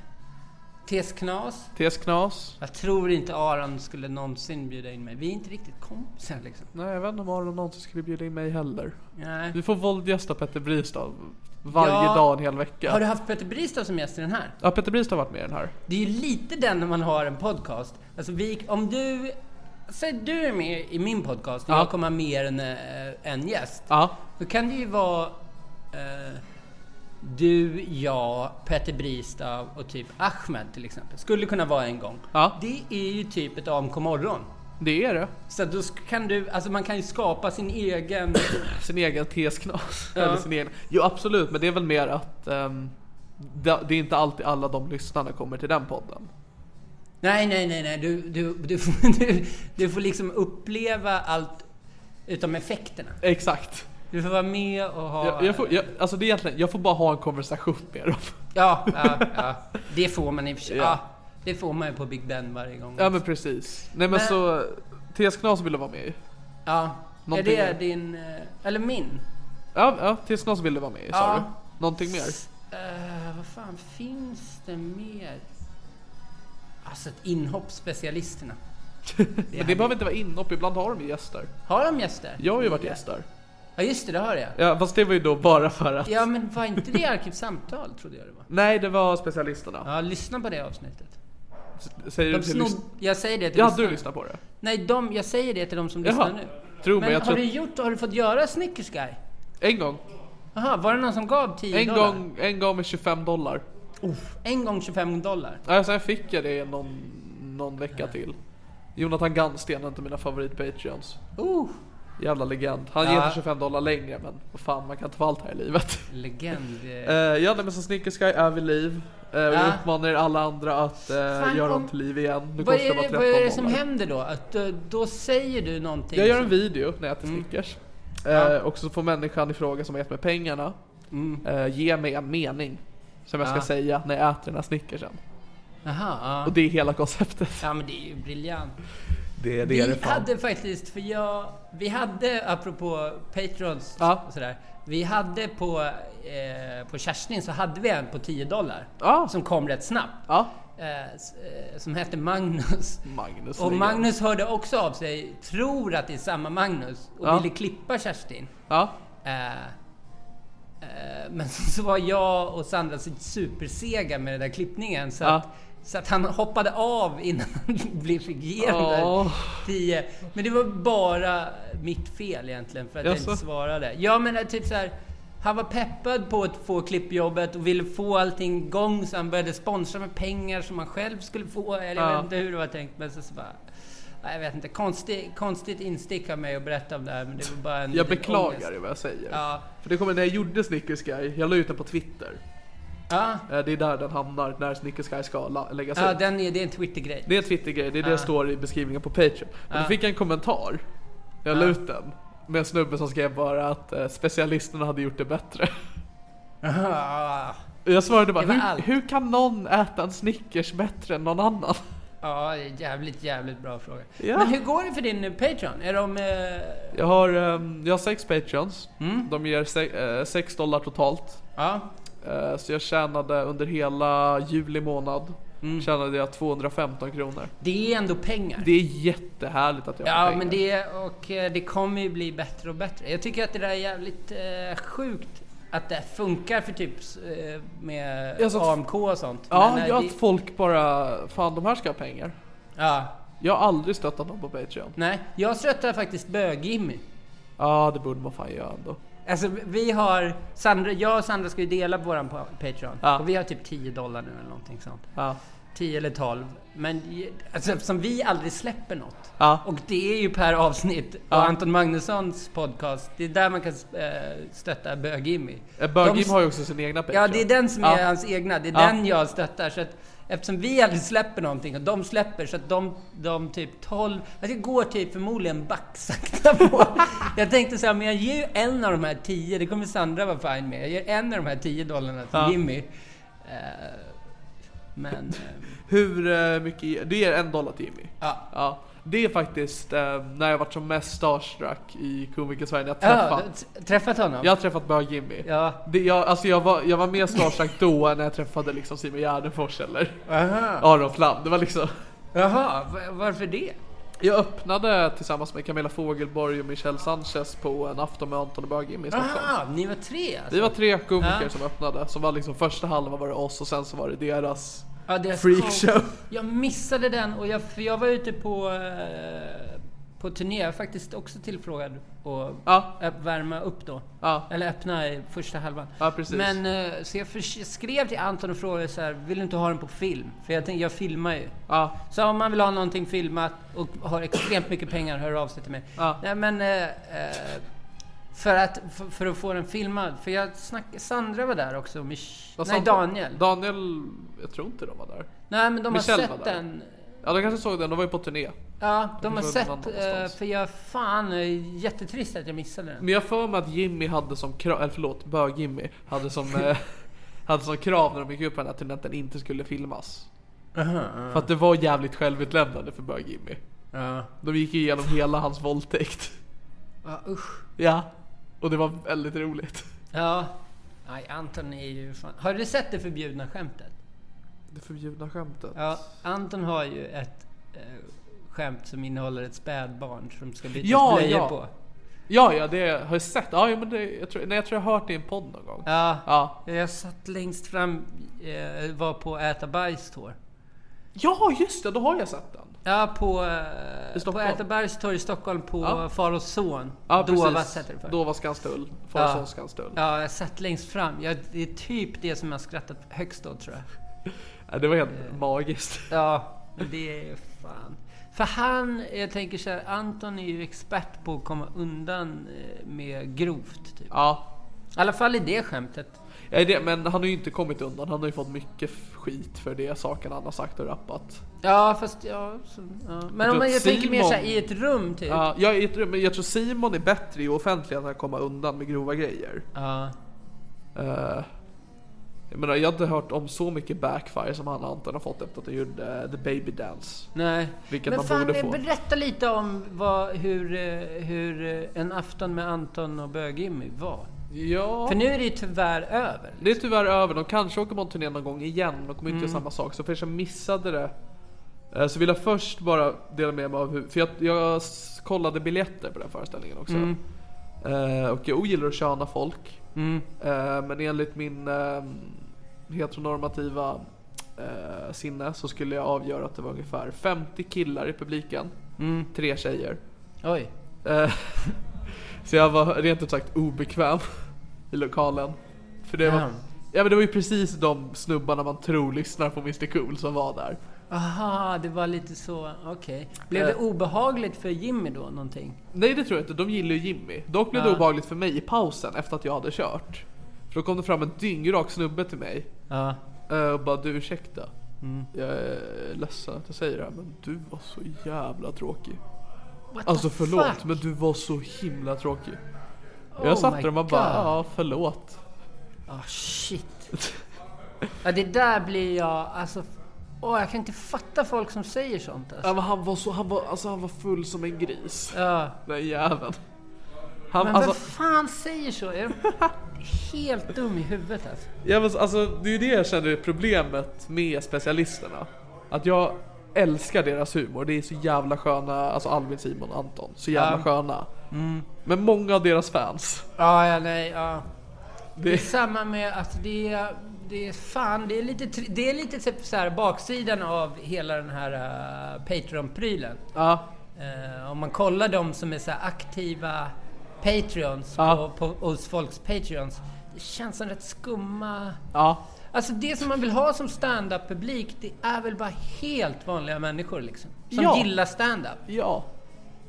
S2: TS Knas.
S1: TS Knas.
S2: Jag tror inte Aron skulle någonsin bjuda in mig. Vi är inte riktigt kompisar liksom.
S1: Nej, jag vet inte om Aron någonsin skulle bjuda in mig heller.
S2: Nej.
S1: Vi får våldgästa Petter Bristad varje
S2: Ja.
S1: dag en hel vecka.
S2: Har du haft Peter Bristav som gäst i den här?
S1: Ja, Petter Bristad har varit med i den här.
S2: Det är ju lite den när man har en podcast. Alltså vi, om du... Säg du är med i min podcast och
S1: Ja.
S2: jag kommer ha mer än eh, en gäst.
S1: Ja.
S2: Då kan det ju vara eh, du, jag, Petter Bristav och typ Ahmed till exempel. Skulle kunna vara en gång.
S1: Ja.
S2: Det är ju typ ett AMK morgon.
S1: Det är det.
S2: Så då sk- kan du, alltså man kan ju skapa sin egen...
S1: Sin egen TS Knas.
S2: Ja.
S1: Eller sin egen. Jo, absolut, men det är väl mer att ehm, det, det är inte alltid alla de lyssnarna kommer till den podden.
S2: Nej, nej, nej, nej. Du, du, du, får- du, du får liksom uppleva allt. Utom effekterna.
S1: Exakt.
S2: Du får vara med och ha...
S1: Jag, jag, får, jag, alltså det är egentligen, jag får bara ha en konversation med dem.
S2: Ja, ja, ja. Det får man i och för sig.
S1: Ja.
S2: Ja. Det får man ju på Big Ben varje gång.
S1: Ja men precis. Nej men,
S2: Men-
S1: så, TS Knas ville vara med i.
S2: Ja. Är
S1: Någonting
S2: det
S1: mer?
S2: din... eh, Eller min?
S1: Ja, ja TS Knas ville vara med i sa
S2: Ja.
S1: du? Någonting mer?
S2: Eh, vad fan finns det mer? Alltså ett inhopp, specialisterna.
S1: Men det behöver inte vara inhopp, ibland har de ju gäster.
S2: Har de gäster?
S1: Jag har ju varit gäst där.
S2: Ja just det, det har jag.
S1: Ja, fast det var ju då bara för att...
S2: Ja men var inte det arkivsamtal trodde jag det var?
S1: Nej, det var specialisterna.
S2: Ja, lyssna på det avsnittet.
S1: Säger
S2: De
S1: du till
S2: snod...
S1: lyssn-
S2: Jag säger det till
S1: Ja,
S2: lyssnarna.
S1: du lyssnar på det.
S2: Nej, de, jag säger det till de som
S1: Jaha.
S2: lyssnar nu.
S1: Tro
S2: Men
S1: mig, jag
S2: har
S1: tror...
S2: du gjort, har du fått göra Snickers Guy?
S1: En gång.
S2: Jaha, var det någon som gav 10
S1: En
S2: dollar?
S1: gång, en gång med 25 dollar.
S2: En gång 25 dollar.
S1: Ja, sen fick jag det någon, någon vecka till. Jonathan Gannsten, är inte mina favorit-patreons.
S2: Oh,
S1: Jävla legend. Han
S2: Ja.
S1: ger inte 25 dollar längre, men vad fan, man kan inte få allt här i livet.
S2: legend.
S1: Eh, ja, nej, men så Snickers Guy är vid liv. Eh, och jag
S2: Ja.
S1: uppmanar er alla andra att eh,
S2: Fan,
S1: göra
S2: om-
S1: dem till liv igen. Nu
S2: vad,
S1: kostar
S2: är
S1: det bara
S2: det,
S1: 13
S2: vad är det som
S1: dollar.
S2: händer då? Att, eh, då säger du någonting.
S1: Jag gör en
S2: som- Mm.
S1: video när jag äter Snickers. Eh, och så får människan i fråga som har gett mig pengarna eh, ge mig en mening. Som jag ska
S2: Mm. Ja.
S1: säga när jag äter den här Snickersen.
S2: Jaha, ja.
S1: Och det är hela konceptet.
S2: ja men det är ju briljant.
S1: Det,
S2: Vi hade faktiskt, för jag, vi hade apropå Patrons
S1: Ja.
S2: och sådär. Vi hade på, eh, på Kerstin så hade vi en på 10 dollar.
S1: Ja.
S2: Som kom rätt snabbt.
S1: Ja,
S2: Eh, s- eh, som hette Magnus.
S1: Magnus.
S2: Och
S1: ligger.
S2: Magnus hörde också av sig, tror att det är samma Magnus och
S1: Ja.
S2: ville klippa Kerstin.
S1: Ja.
S2: Eh, eh, men så var jag och Sandra så supersega med den där klippningen så,
S1: Ja.
S2: att, så att han hoppade av innan han blev- fick igenom
S1: Åh.
S2: där 10. Men det var bara mitt fel egentligen för att jag
S1: Jaså?
S2: inte svarade. Jag menar typ så här. Han var peppad på att få klippjobbet och ville få allting igång så han började sponsra med pengar som han själv skulle få. Eller jag
S1: Ja.
S2: vet inte hur det var tänkt men så, så bara... nej, Jag vet inte. Konstigt, konstigt instick av mig att berätta om det här men det var bara en
S1: Jag
S2: liten ångest.
S1: beklagar det vad jag säger.
S2: Ja.
S1: För det kommer när jag gjorde Snickers Guy, jag la ut den på Twitter.
S2: Ja,
S1: Eh, det är där den hamnar när Snickers Guy ska la- läggas
S2: ja
S1: ut.
S2: den är, det är en Twitter-grej.
S1: Det är en Twitter-grej, det är det
S2: Ja.
S1: det står i beskrivningen på Patreon. Men
S2: Ja.
S1: då fick jag en kommentar. Jag la ut den. Med en snubbe som skrev bara att eh, specialisterna hade gjort det bättre.
S2: Ja,
S1: Och jag svarade bara,
S2: Det var allt.
S1: hur, hur kan någon äta en Snickers bättre än någon annan?
S2: ja, jävligt, jävligt bra fråga.
S1: Ja.
S2: Men hur går det för din eh, Patreon? Är de... eh,
S1: Jag har, ehm, jag har sex Patreons. De ger se- eh, 6 dollar totalt.
S2: Ja,
S1: Eh, så jag tjänade under hela juli månad tjänade jag 215 kronor.
S2: det är ändå pengar.
S1: Det är jättehärligt att jag har
S2: Ja,
S1: pengar.
S2: men det, och eh, det kommer ju bli bättre och bättre. Jag tycker att det där är jävligt eh, sjukt att det funkar för typ s- eh, med
S1: Alltså, f-
S2: AMK och sånt.
S1: Ja,
S2: Men, eh,
S1: ja,
S2: det-
S1: att folk bara, fan de här ska ha pengar.
S2: ja.
S1: Jag har aldrig stöttat någon på Patreon.
S2: Nej, jag stöttar faktiskt bög-Jimmy.
S1: Ja, det borde man fan göra ändå.
S2: Alltså vi har, Sandra, jag och Sandra ska ju dela på våran pa- Patreon.
S1: Ja.
S2: Och vi har typ 10 dollar nu eller någonting sånt.
S1: Ja.
S2: 10 eller 12. Men ge- alltså, eftersom vi aldrig släpper något.
S1: Ja.
S2: Och det är ju per avsnitt.
S1: Ja.
S2: Och Anton Magnussons podcast, det är där man kan eh, stötta Bög-Jimmy.
S1: Eh,
S2: De
S1: Bög-Jim
S2: s-
S1: har ju också sin egna Patreon.
S2: Ja, det är den som är
S1: Ja.
S2: hans egna. Det är
S1: Ja.
S2: den jag stöttar. Så att, eftersom vi aldrig släpper någonting och de släpper så att de, de typ 12... Alltså det går typ förmodligen backsakta på. jag tänkte så här, men jag ger ju en av de här 10, det kommer Sandra vara fin med. Jag ger en av de här 10 dollarna till
S1: Ja.
S2: Jimmy. Eh, men... eh,
S1: Hur eh, mycket ger Det ger en dollar till Jimmy.
S2: Ja.
S1: Ja. Det är faktiskt eh, när jag varit som mest starstruck i Komiker-Sverige, när jag
S2: Ja,
S1: träffat.
S2: t- träffat honom?
S1: Jag har träffat Bög-Jimmy.
S2: Ja.
S1: Det, jag, alltså jag, var, jag var mer starstruck då än när jag träffade liksom Simon Gärdenfors eller
S2: Aha.
S1: Aron Flam. Det var liksom...
S2: Jaha, va- varför det?
S1: Jag öppnade tillsammans med Camilla Fogelborg och Michelle Sanchez på en afton med Anton och Bög-Jimmy i Stockholm.
S2: Aha, ni var tre alltså?
S1: Vi var tre komiker
S2: Ah. Ja.
S1: som öppnade, som var liksom första halvan var det oss och sen så var det deras
S2: Ja, deras
S1: freakshow.
S2: Jag missade den och jag, för jag var ute på, eh, på turné. Jag var faktiskt också tillfrågad att
S1: Ja.
S2: öpp- värma upp då.
S1: Ja.
S2: Eller öppna i första halvan.
S1: Ja, precis.
S2: Men eh, så jag, förs- jag skrev till Anton och frågade så här, vill du inte ha den på film? För jag tänkte, jag filmar ju.
S1: Ja,
S2: Så om man vill ha någonting filmat och har extremt mycket pengar, hör av sig till mig.
S1: Ja.
S2: Nej men... eh, eh, för att, för, för att få den filmad. För jag snack, Sandra var där också. och Mich-
S1: vad
S2: nej,
S1: sa-
S2: Daniel.
S1: Daniel, jag tror inte de var där.
S2: nej, men de har
S1: Michelle var
S2: sett
S1: där.
S2: den.
S1: Ja, de kanske såg den, de var ju på turné.
S2: Ja, de har
S1: var någon
S2: sett.
S1: annanstans.
S2: eh, För jag fan, eh, jättetrist att jag missade den.
S1: Men jag har för mig att Jimmy hade som krav, eller förlåt, bög-Jimmy hade som, eh, hade som krav när de gick upp på den här turnén att den inte skulle filmas. För att det var jävligt självutlämnande för bög-Jimmy.
S2: Ja.
S1: De gick igenom hela hans våldtäkt.
S2: Ja, usch.
S1: Ja. Och det var väldigt roligt.
S2: Ja. Nej, Anton är ju fan... Har du sett det förbjudna skämtet?
S1: Det förbjudna skämtet.
S2: Ja, Anton har ju ett eh, skämt som innehåller ett spädbarn som ska bytas
S1: Ja,
S2: blöjor
S1: ja.
S2: på.
S1: Ja, ja, det har jag sett. Ja, ja, men det, jag, tror, nej, jag tror jag har hört det i en podd någon gång.
S2: Ja.
S1: Ja,
S2: Jag satt längst fram, eh, var på Äta Bajs torg.
S1: ja just det, då har jag sett den.
S2: Ja, på, eh,
S1: I
S2: på
S1: Stockholm?
S2: Äta Bergs torg i Stockholm på
S1: Ja.
S2: Far och Son.
S1: Ja,
S2: Dova
S1: precis.
S2: sätter det för.
S1: Dova Skanstull.
S2: Ja.
S1: Farsons Skanstull.
S2: Ja, jag satt längst fram. Jag, det är typ det som jag skrattat högst åt tror jag.
S1: Ja, det var helt
S2: Eh.
S1: magiskt.
S2: Ja, men det är fan. För han, jag tänker så här, Anton är ju expert på att komma undan eh, med grovt. Typ. I
S1: Ja,
S2: alla fall i det skämtet.
S1: Ja, det, men han har ju inte kommit undan. Han har ju fått mycket skit för det saken han har sagt och rappat.
S2: Ja, fast ja. Så, ja. Men om
S1: tror
S2: man,
S1: att
S2: jag tänker mer så här,
S1: Typ Simon-
S2: i ett rum typ. Ja.
S1: Ja, jag, är ett rum, men jag tror Simon är bättre i offentligheten att komma undan med grova grejer.
S2: Ja.
S1: Eh, jag menar, jag har inte hört om så mycket backfire som han Anton har fått efter att han gjorde eh, The Baby Dance.
S2: Nej.
S1: Vilket
S2: men
S1: man
S2: fan,
S1: borde
S2: eh,
S1: få.
S2: berätta lite om vad, hur, eh, hur eh, en afton med Anton och bög-Jimmy var.
S1: Ja,
S2: För nu är det ju tyvärr över.
S1: det är tyvärr över. De kanske åker på en turné någon gång igen. De kommer inte göra
S2: Mm.
S1: samma sak. Så för er som missade det eh, så vill jag först bara dela med mig av hur, för jag, jag s- kollade biljetter på den föreställningen också.
S2: liksom.
S1: Eh, och jag ogillar att köna folk.
S2: Mm.
S1: Eh, Men enligt min eh, heteronormativa eh, sinne så skulle jag avgöra att det var ungefär 50 killar i publiken,
S2: Mm.
S1: tre tjejer.
S2: Oj.
S1: Eh, Så jag var rent ut sagt obekväm i lokalen. För det var,
S2: Ja.
S1: ja, men det var ju precis de snubbarna man tror lyssnar på Mr Cool som var där.
S2: Aha, det var lite så. Okej. Blev det
S1: Eh.
S2: obehagligt för Jimmy då någonting?
S1: Nej det tror jag inte, de gillar ju Jimmy. Dock blev det
S2: Ja.
S1: obehagligt för mig i pausen efter att jag hade kört. För då kom det fram en dyngrak snubbe till mig
S2: Ja.
S1: Eh, Och bara du ursäkta. Jag är ledsen att jag säger det här men du var så jävla tråkig.
S2: What
S1: Alltså
S2: the
S1: förlåt
S2: fuck?
S1: men du var så himla tråkig.
S2: Oh
S1: jag satt
S2: my
S1: där och man bara
S2: God.
S1: ja förlåt.
S2: Ah, shit. ja, det där blir jag... Alltså... Åh, jag kan inte fatta folk som säger sånt.
S1: Ja,
S2: Alltså.
S1: men han var så, han var, alltså han var full som en gris.
S2: Ja.
S1: Den jäveln. Han,
S2: Men
S1: alltså,
S2: vem fan säger så? Är de helt dum i huvudet alltså?
S1: jag var, alltså, det är ju det jag känner är problemet med specialisterna. Att jag älskar deras humor. Det är så jävla sköna, alltså Alvin, Simon, Anton. Så jävla
S2: Ja.
S1: sköna. Men många av deras fans.
S2: Ja, ja, nej, ja. Det är
S1: Det,
S2: samma med att det är, det är fan, det är lite, tri- det är lite typ så här baksidan av hela den här eh, Patreon-prylen.
S1: ja.
S2: Eh, om man kollar de som är så här aktiva Patreons
S1: Ja.
S2: på, på, hos folks Patreons. Det känns som rätt skumma...
S1: Ja,
S2: Alltså det som man vill ha som stand-up-publik, det är väl bara helt vanliga människor liksom. Som
S1: Ja.
S2: gillar stand-up.
S1: ja.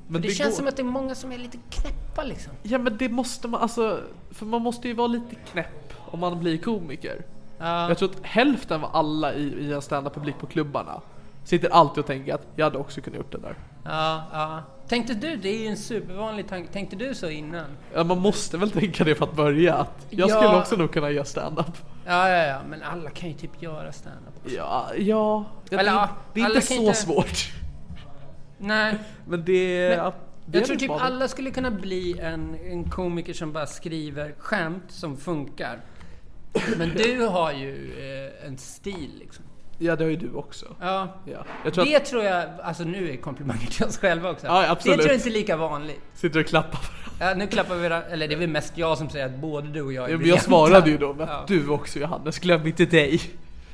S1: Men
S2: Det, känns
S1: går-
S2: som att det är många som är lite knäppa liksom.
S1: Ja men det måste man, alltså... För man måste ju vara lite knäpp om man blir komiker.
S2: Ja.
S1: Jag tror att hälften av alla i, i en stand publik på klubbarna sitter alltid och tänker att jag hade också kunnat gjort det där.
S2: Ja, ja. Tänkte du, det är ju en supervanlig tanke, tänkte du så innan?
S1: Ja, man måste väl tänka det för att börja att jag
S2: Ja.
S1: skulle också nog kunna göra stand-up.
S2: Ja, ja, ja, men alla kan ju typ göra stand-up.
S1: Ja, ja. Det,
S2: Eller, ja,
S1: det är
S2: alla
S1: inte
S2: kan
S1: så
S2: inte-
S1: svårt.
S2: Nej,
S1: Men det...
S2: Men
S1: ja, det är
S2: jag tror
S1: en
S2: typ
S1: utmaning.
S2: alla skulle kunna bli en, en komiker som bara skriver skämt som funkar. Men du har ju eh, en stil liksom.
S1: Ja, det har ju du också.
S2: Ja.
S1: Ja. Jag tror
S2: Det tror jag, alltså nu är komplimanger till oss själva också.
S1: Ja,
S2: det
S1: absolut.
S2: tror jag inte är lika vanligt.
S1: att sitter och klappar på
S2: Ja, nu klappar vi varandra, eller det är väl mest jag som säger att både du och jag
S1: Ja,
S2: är
S1: men jag
S2: briljanta.
S1: svarade ju då med
S2: Ja.
S1: att du också Johannes, glöm inte dig.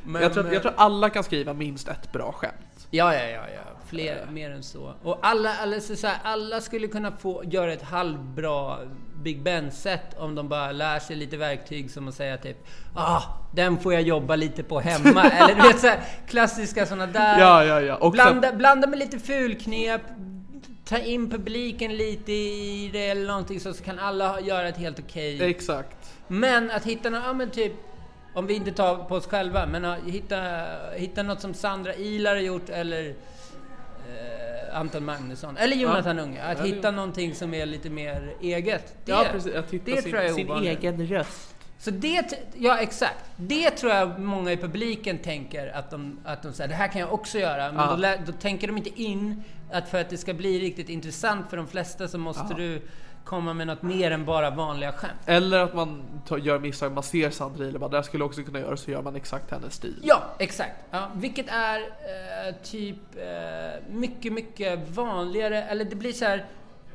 S2: Men-
S1: jag, tror att, jag tror alla kan skriva minst ett bra skämt.
S2: Ja, ja, ja, ja. Fler,
S1: Eh.
S2: mer än så. Och alla, alla, så så här, alla skulle kunna få göra ett halvbra Big Ben-set om de bara lär sig lite verktyg som att säga typ ah, den får jag jobba lite på hemma. Eller du vet så här, klassiska sådana där.
S1: Ja, ja, ja. Och
S2: Äh, blanda, blanda med lite fulknep. Ta in publiken lite i det eller någonting så, så kan alla ha- göra ett helt okej
S1: sen, exakt.
S2: men att hitta något, ja men typ, om vi inte tar på oss själva, men att hitta, hitta något som Sandra Ilar har gjort eller eh, Anton Magnusson, eller Jonathan Unge. Att hitta någonting som är lite mer eget. Det,
S1: Ja, precis. Att hitta
S2: det
S1: sin-
S2: tror jag är
S1: sin
S2: ovanligt.
S3: egen röst.
S2: Så det, t- ja exakt. Det tror jag många i publiken tänker att de, att de säger, det här kan jag också göra. Men
S1: Ja.
S2: då, lä- då tänker de inte in att för att det ska bli riktigt intressant för de flesta så måste du komma med något mer än bara vanliga skämt.
S1: Eller att man tar, gör misstag, man ser Sandra Ilerman, där skulle jag också kunna göra, så gör man exakt hennes stil.
S2: Ja, exakt. Ja, vilket är eh, typ eh, mycket, mycket vanligare. Eller det blir så här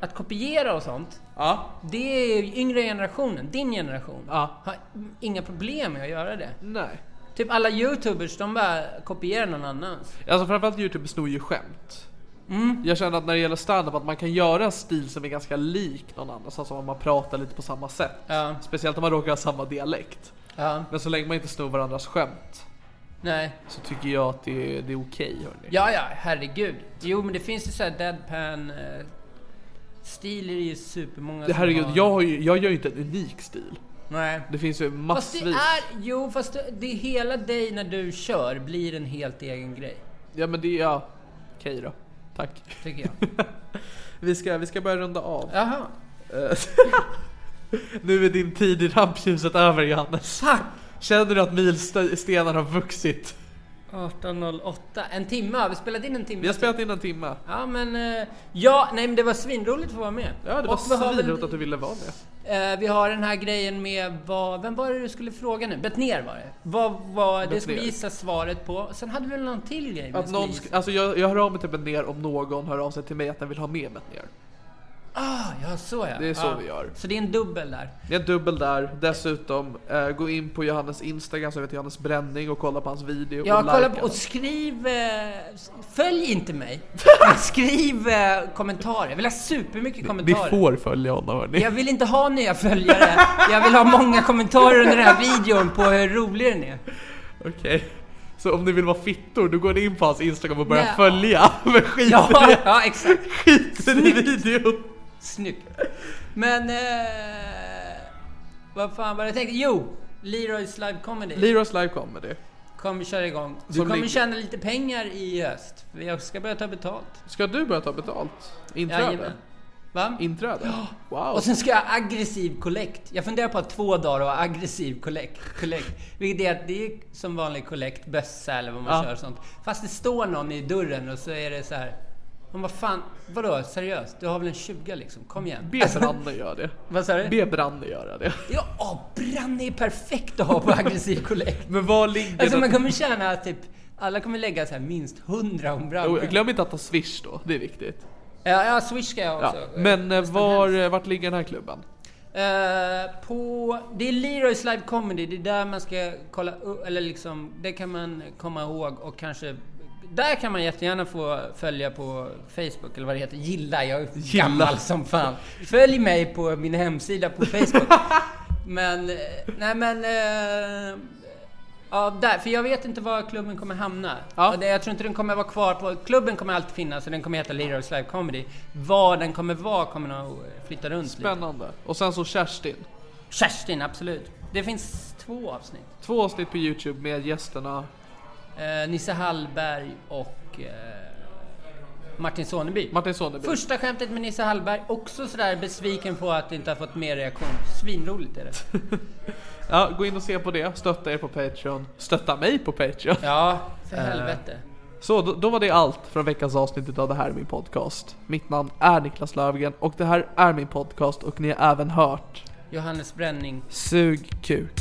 S2: att kopiera och sånt.
S1: Ja.
S2: Det är ju yngre generationen, din generation,
S1: Ja.
S2: har inga problem med att göra det.
S1: Nej.
S2: Typ alla youtubers, de bara kopierar någon annans.
S1: Alltså framförallt Youtube snor ju skämt.
S2: Mm.
S1: Jag känner att när det gäller stand-up att man kan göra en stil som är ganska lik någon annans, alltså om man pratar lite på samma sätt.
S2: Ja.
S1: Speciellt om man råkar ha samma dialekt.
S2: Ja,
S1: Men så länge man inte snor varandras skämt
S2: nej.
S1: så tycker jag att det är, det är okej hörni.
S2: Ja, ja, herregud. Jo, men det finns ju så här deadpan eh, stil är det ju supermånga
S1: Det,
S2: som
S1: herregud,
S2: har.
S1: jag, har ju, jag gör ju inte en unik stil.
S2: Nej.
S1: Det finns ju
S2: Fast det
S1: massvis.
S2: är, jo fast det, det är hela dig när du kör blir en helt egen grej.
S1: Ja men det är, ja. Okej då. Tack.
S2: Tycker jag.
S1: Vi ska, vi ska börja runda av.
S2: Jaha.
S1: Eh, nu är din tid i rampljuset över Johannes.
S2: Fuck!
S1: Känner du att milstenar har vuxit?
S2: 18.08. En timme har vi spelat in en timme.
S1: Vi har spelat in en timme.
S2: Ja men, eh, ja nej men det var svinroligt att få vara med.
S1: Ja, det
S2: Och vi har
S1: var
S2: väl-
S1: svinroligt att du ville vara med.
S2: Eh, vi har den här grejen med vad, vem var det du skulle fråga nu? Betnér var det. Vad var det skulle vi
S1: Bettner.
S2: gissa svaret på. Sen hade vi väl någon till grej vi
S1: Att
S2: skulle
S1: någon
S2: gissa.
S1: sk- alltså jag, jag hör av mig till ner om någon hör av sig till mig att den vill ha med mig ner.
S2: Ah, ja så ja.
S1: Det är så
S2: ja.
S1: vi gör.
S2: Så det är en dubbel där.
S1: Det är en dubbel där. Dessutom, eh, gå in på Johannes Instagram som heter Johannes Bränning och kolla på hans video.
S2: Ja,
S1: och
S2: kolla
S1: likea
S2: på, och
S1: den.
S2: skriv... Eh, följ inte mig. skriv eh, kommentarer. Jag vill ha supermycket
S1: Vi
S2: kommentarer.
S1: får följa honom hörni.
S2: Jag vill inte ha nya följare. Jag vill ha många kommentarer under den här videon på hur rolig den är.
S1: Okej. Så om ni vill vara fittor, då går ni in på hans Instagram och börjar
S2: Nej.
S1: följa. Men skit
S2: Ja,
S1: i det.
S2: ja exakt.
S1: Skiter i videon.
S2: Snyggt. Men... Eh, vad fan var det jag tänkte? Jo! Leroys live comedy
S1: Liros live comedy.
S2: kommer köra igång. Du
S1: Som
S2: kommer
S1: ligger-
S2: tjäna lite pengar i höst. för Jag ska börja ta betalt.
S1: Ska du börja ta betalt? Inträde?
S2: Jajamän. Va?
S1: Inträde? Wow.
S2: Och sen ska jag ha aggressiv kollekt. Jag funderar på att två dagar och ha aggressiv kollekt. kollekt. Vilket är att det är som vanlig kollekt, bössa eller vad man
S1: Ja.
S2: kör och sånt. Fast det står någon i dörren och så är det så här. Man bara fan, vadå seriöst? Du har väl en 20 liksom? Kom igen.
S1: Be Branne göra det.
S2: Vad sa du?
S1: Be Branne göra det.
S2: Ja, åh, Branne är perfekt att ha på aggressiv kollekt.
S1: Men var ligger
S2: Alltså man
S1: den-
S2: kommer tjäna typ, alla kommer lägga så här minst 100 om
S1: Jo,
S2: Branne.
S1: Glöm inte att ta swish då, det är viktigt.
S2: Ja, ja, Swish ska jag
S1: Ja.
S2: också. eh,
S1: Men eh,
S2: nästan
S1: var,
S2: helst.
S1: eh, vart ligger den här klubben?
S2: Eh, på... Det är Leroys Live Comedy, det är där man ska kolla u- eller liksom, det kan man komma ihåg och kanske... Där kan man jättegärna få följa på Facebook, eller vad det heter, gilla, jag är
S1: Gilla.
S2: gammal som fan. Följ mig på min hemsida på Facebook. men, eh, nej men... eh, Ja, där. För jag vet inte var klubben kommer hamna.
S1: Ja.
S2: Och det, jag tror inte den kommer vara kvar på... Klubben kommer alltid finnas och den kommer heta Leroys Live Comedy. Var den kommer vara kommer nog flytta runt lite.
S1: Spännande. Och sen så Kerstin.
S2: Kerstin, absolut. Det finns två avsnitt.
S1: Två avsnitt på Youtube med gästerna.
S2: Eh, Nisse Hallberg och eh, Martin Soneby.
S1: Martin Soneby.
S2: Första skämtet med Nisse Hallberg, också sådär besviken på att det inte har fått mer reaktion. Svinroligt är det.
S1: Ja, gå in och se på det. Stötta er på Patreon. Stötta mig på Patreon.
S2: Ja, för helvete.
S1: Så då, då var det allt från veckans avsnitt av Det här är min podcast. Mitt namn är Niklas Löfgren och det här är min podcast och ni har även hört
S2: Johannes Bränning.
S1: Sug kuk.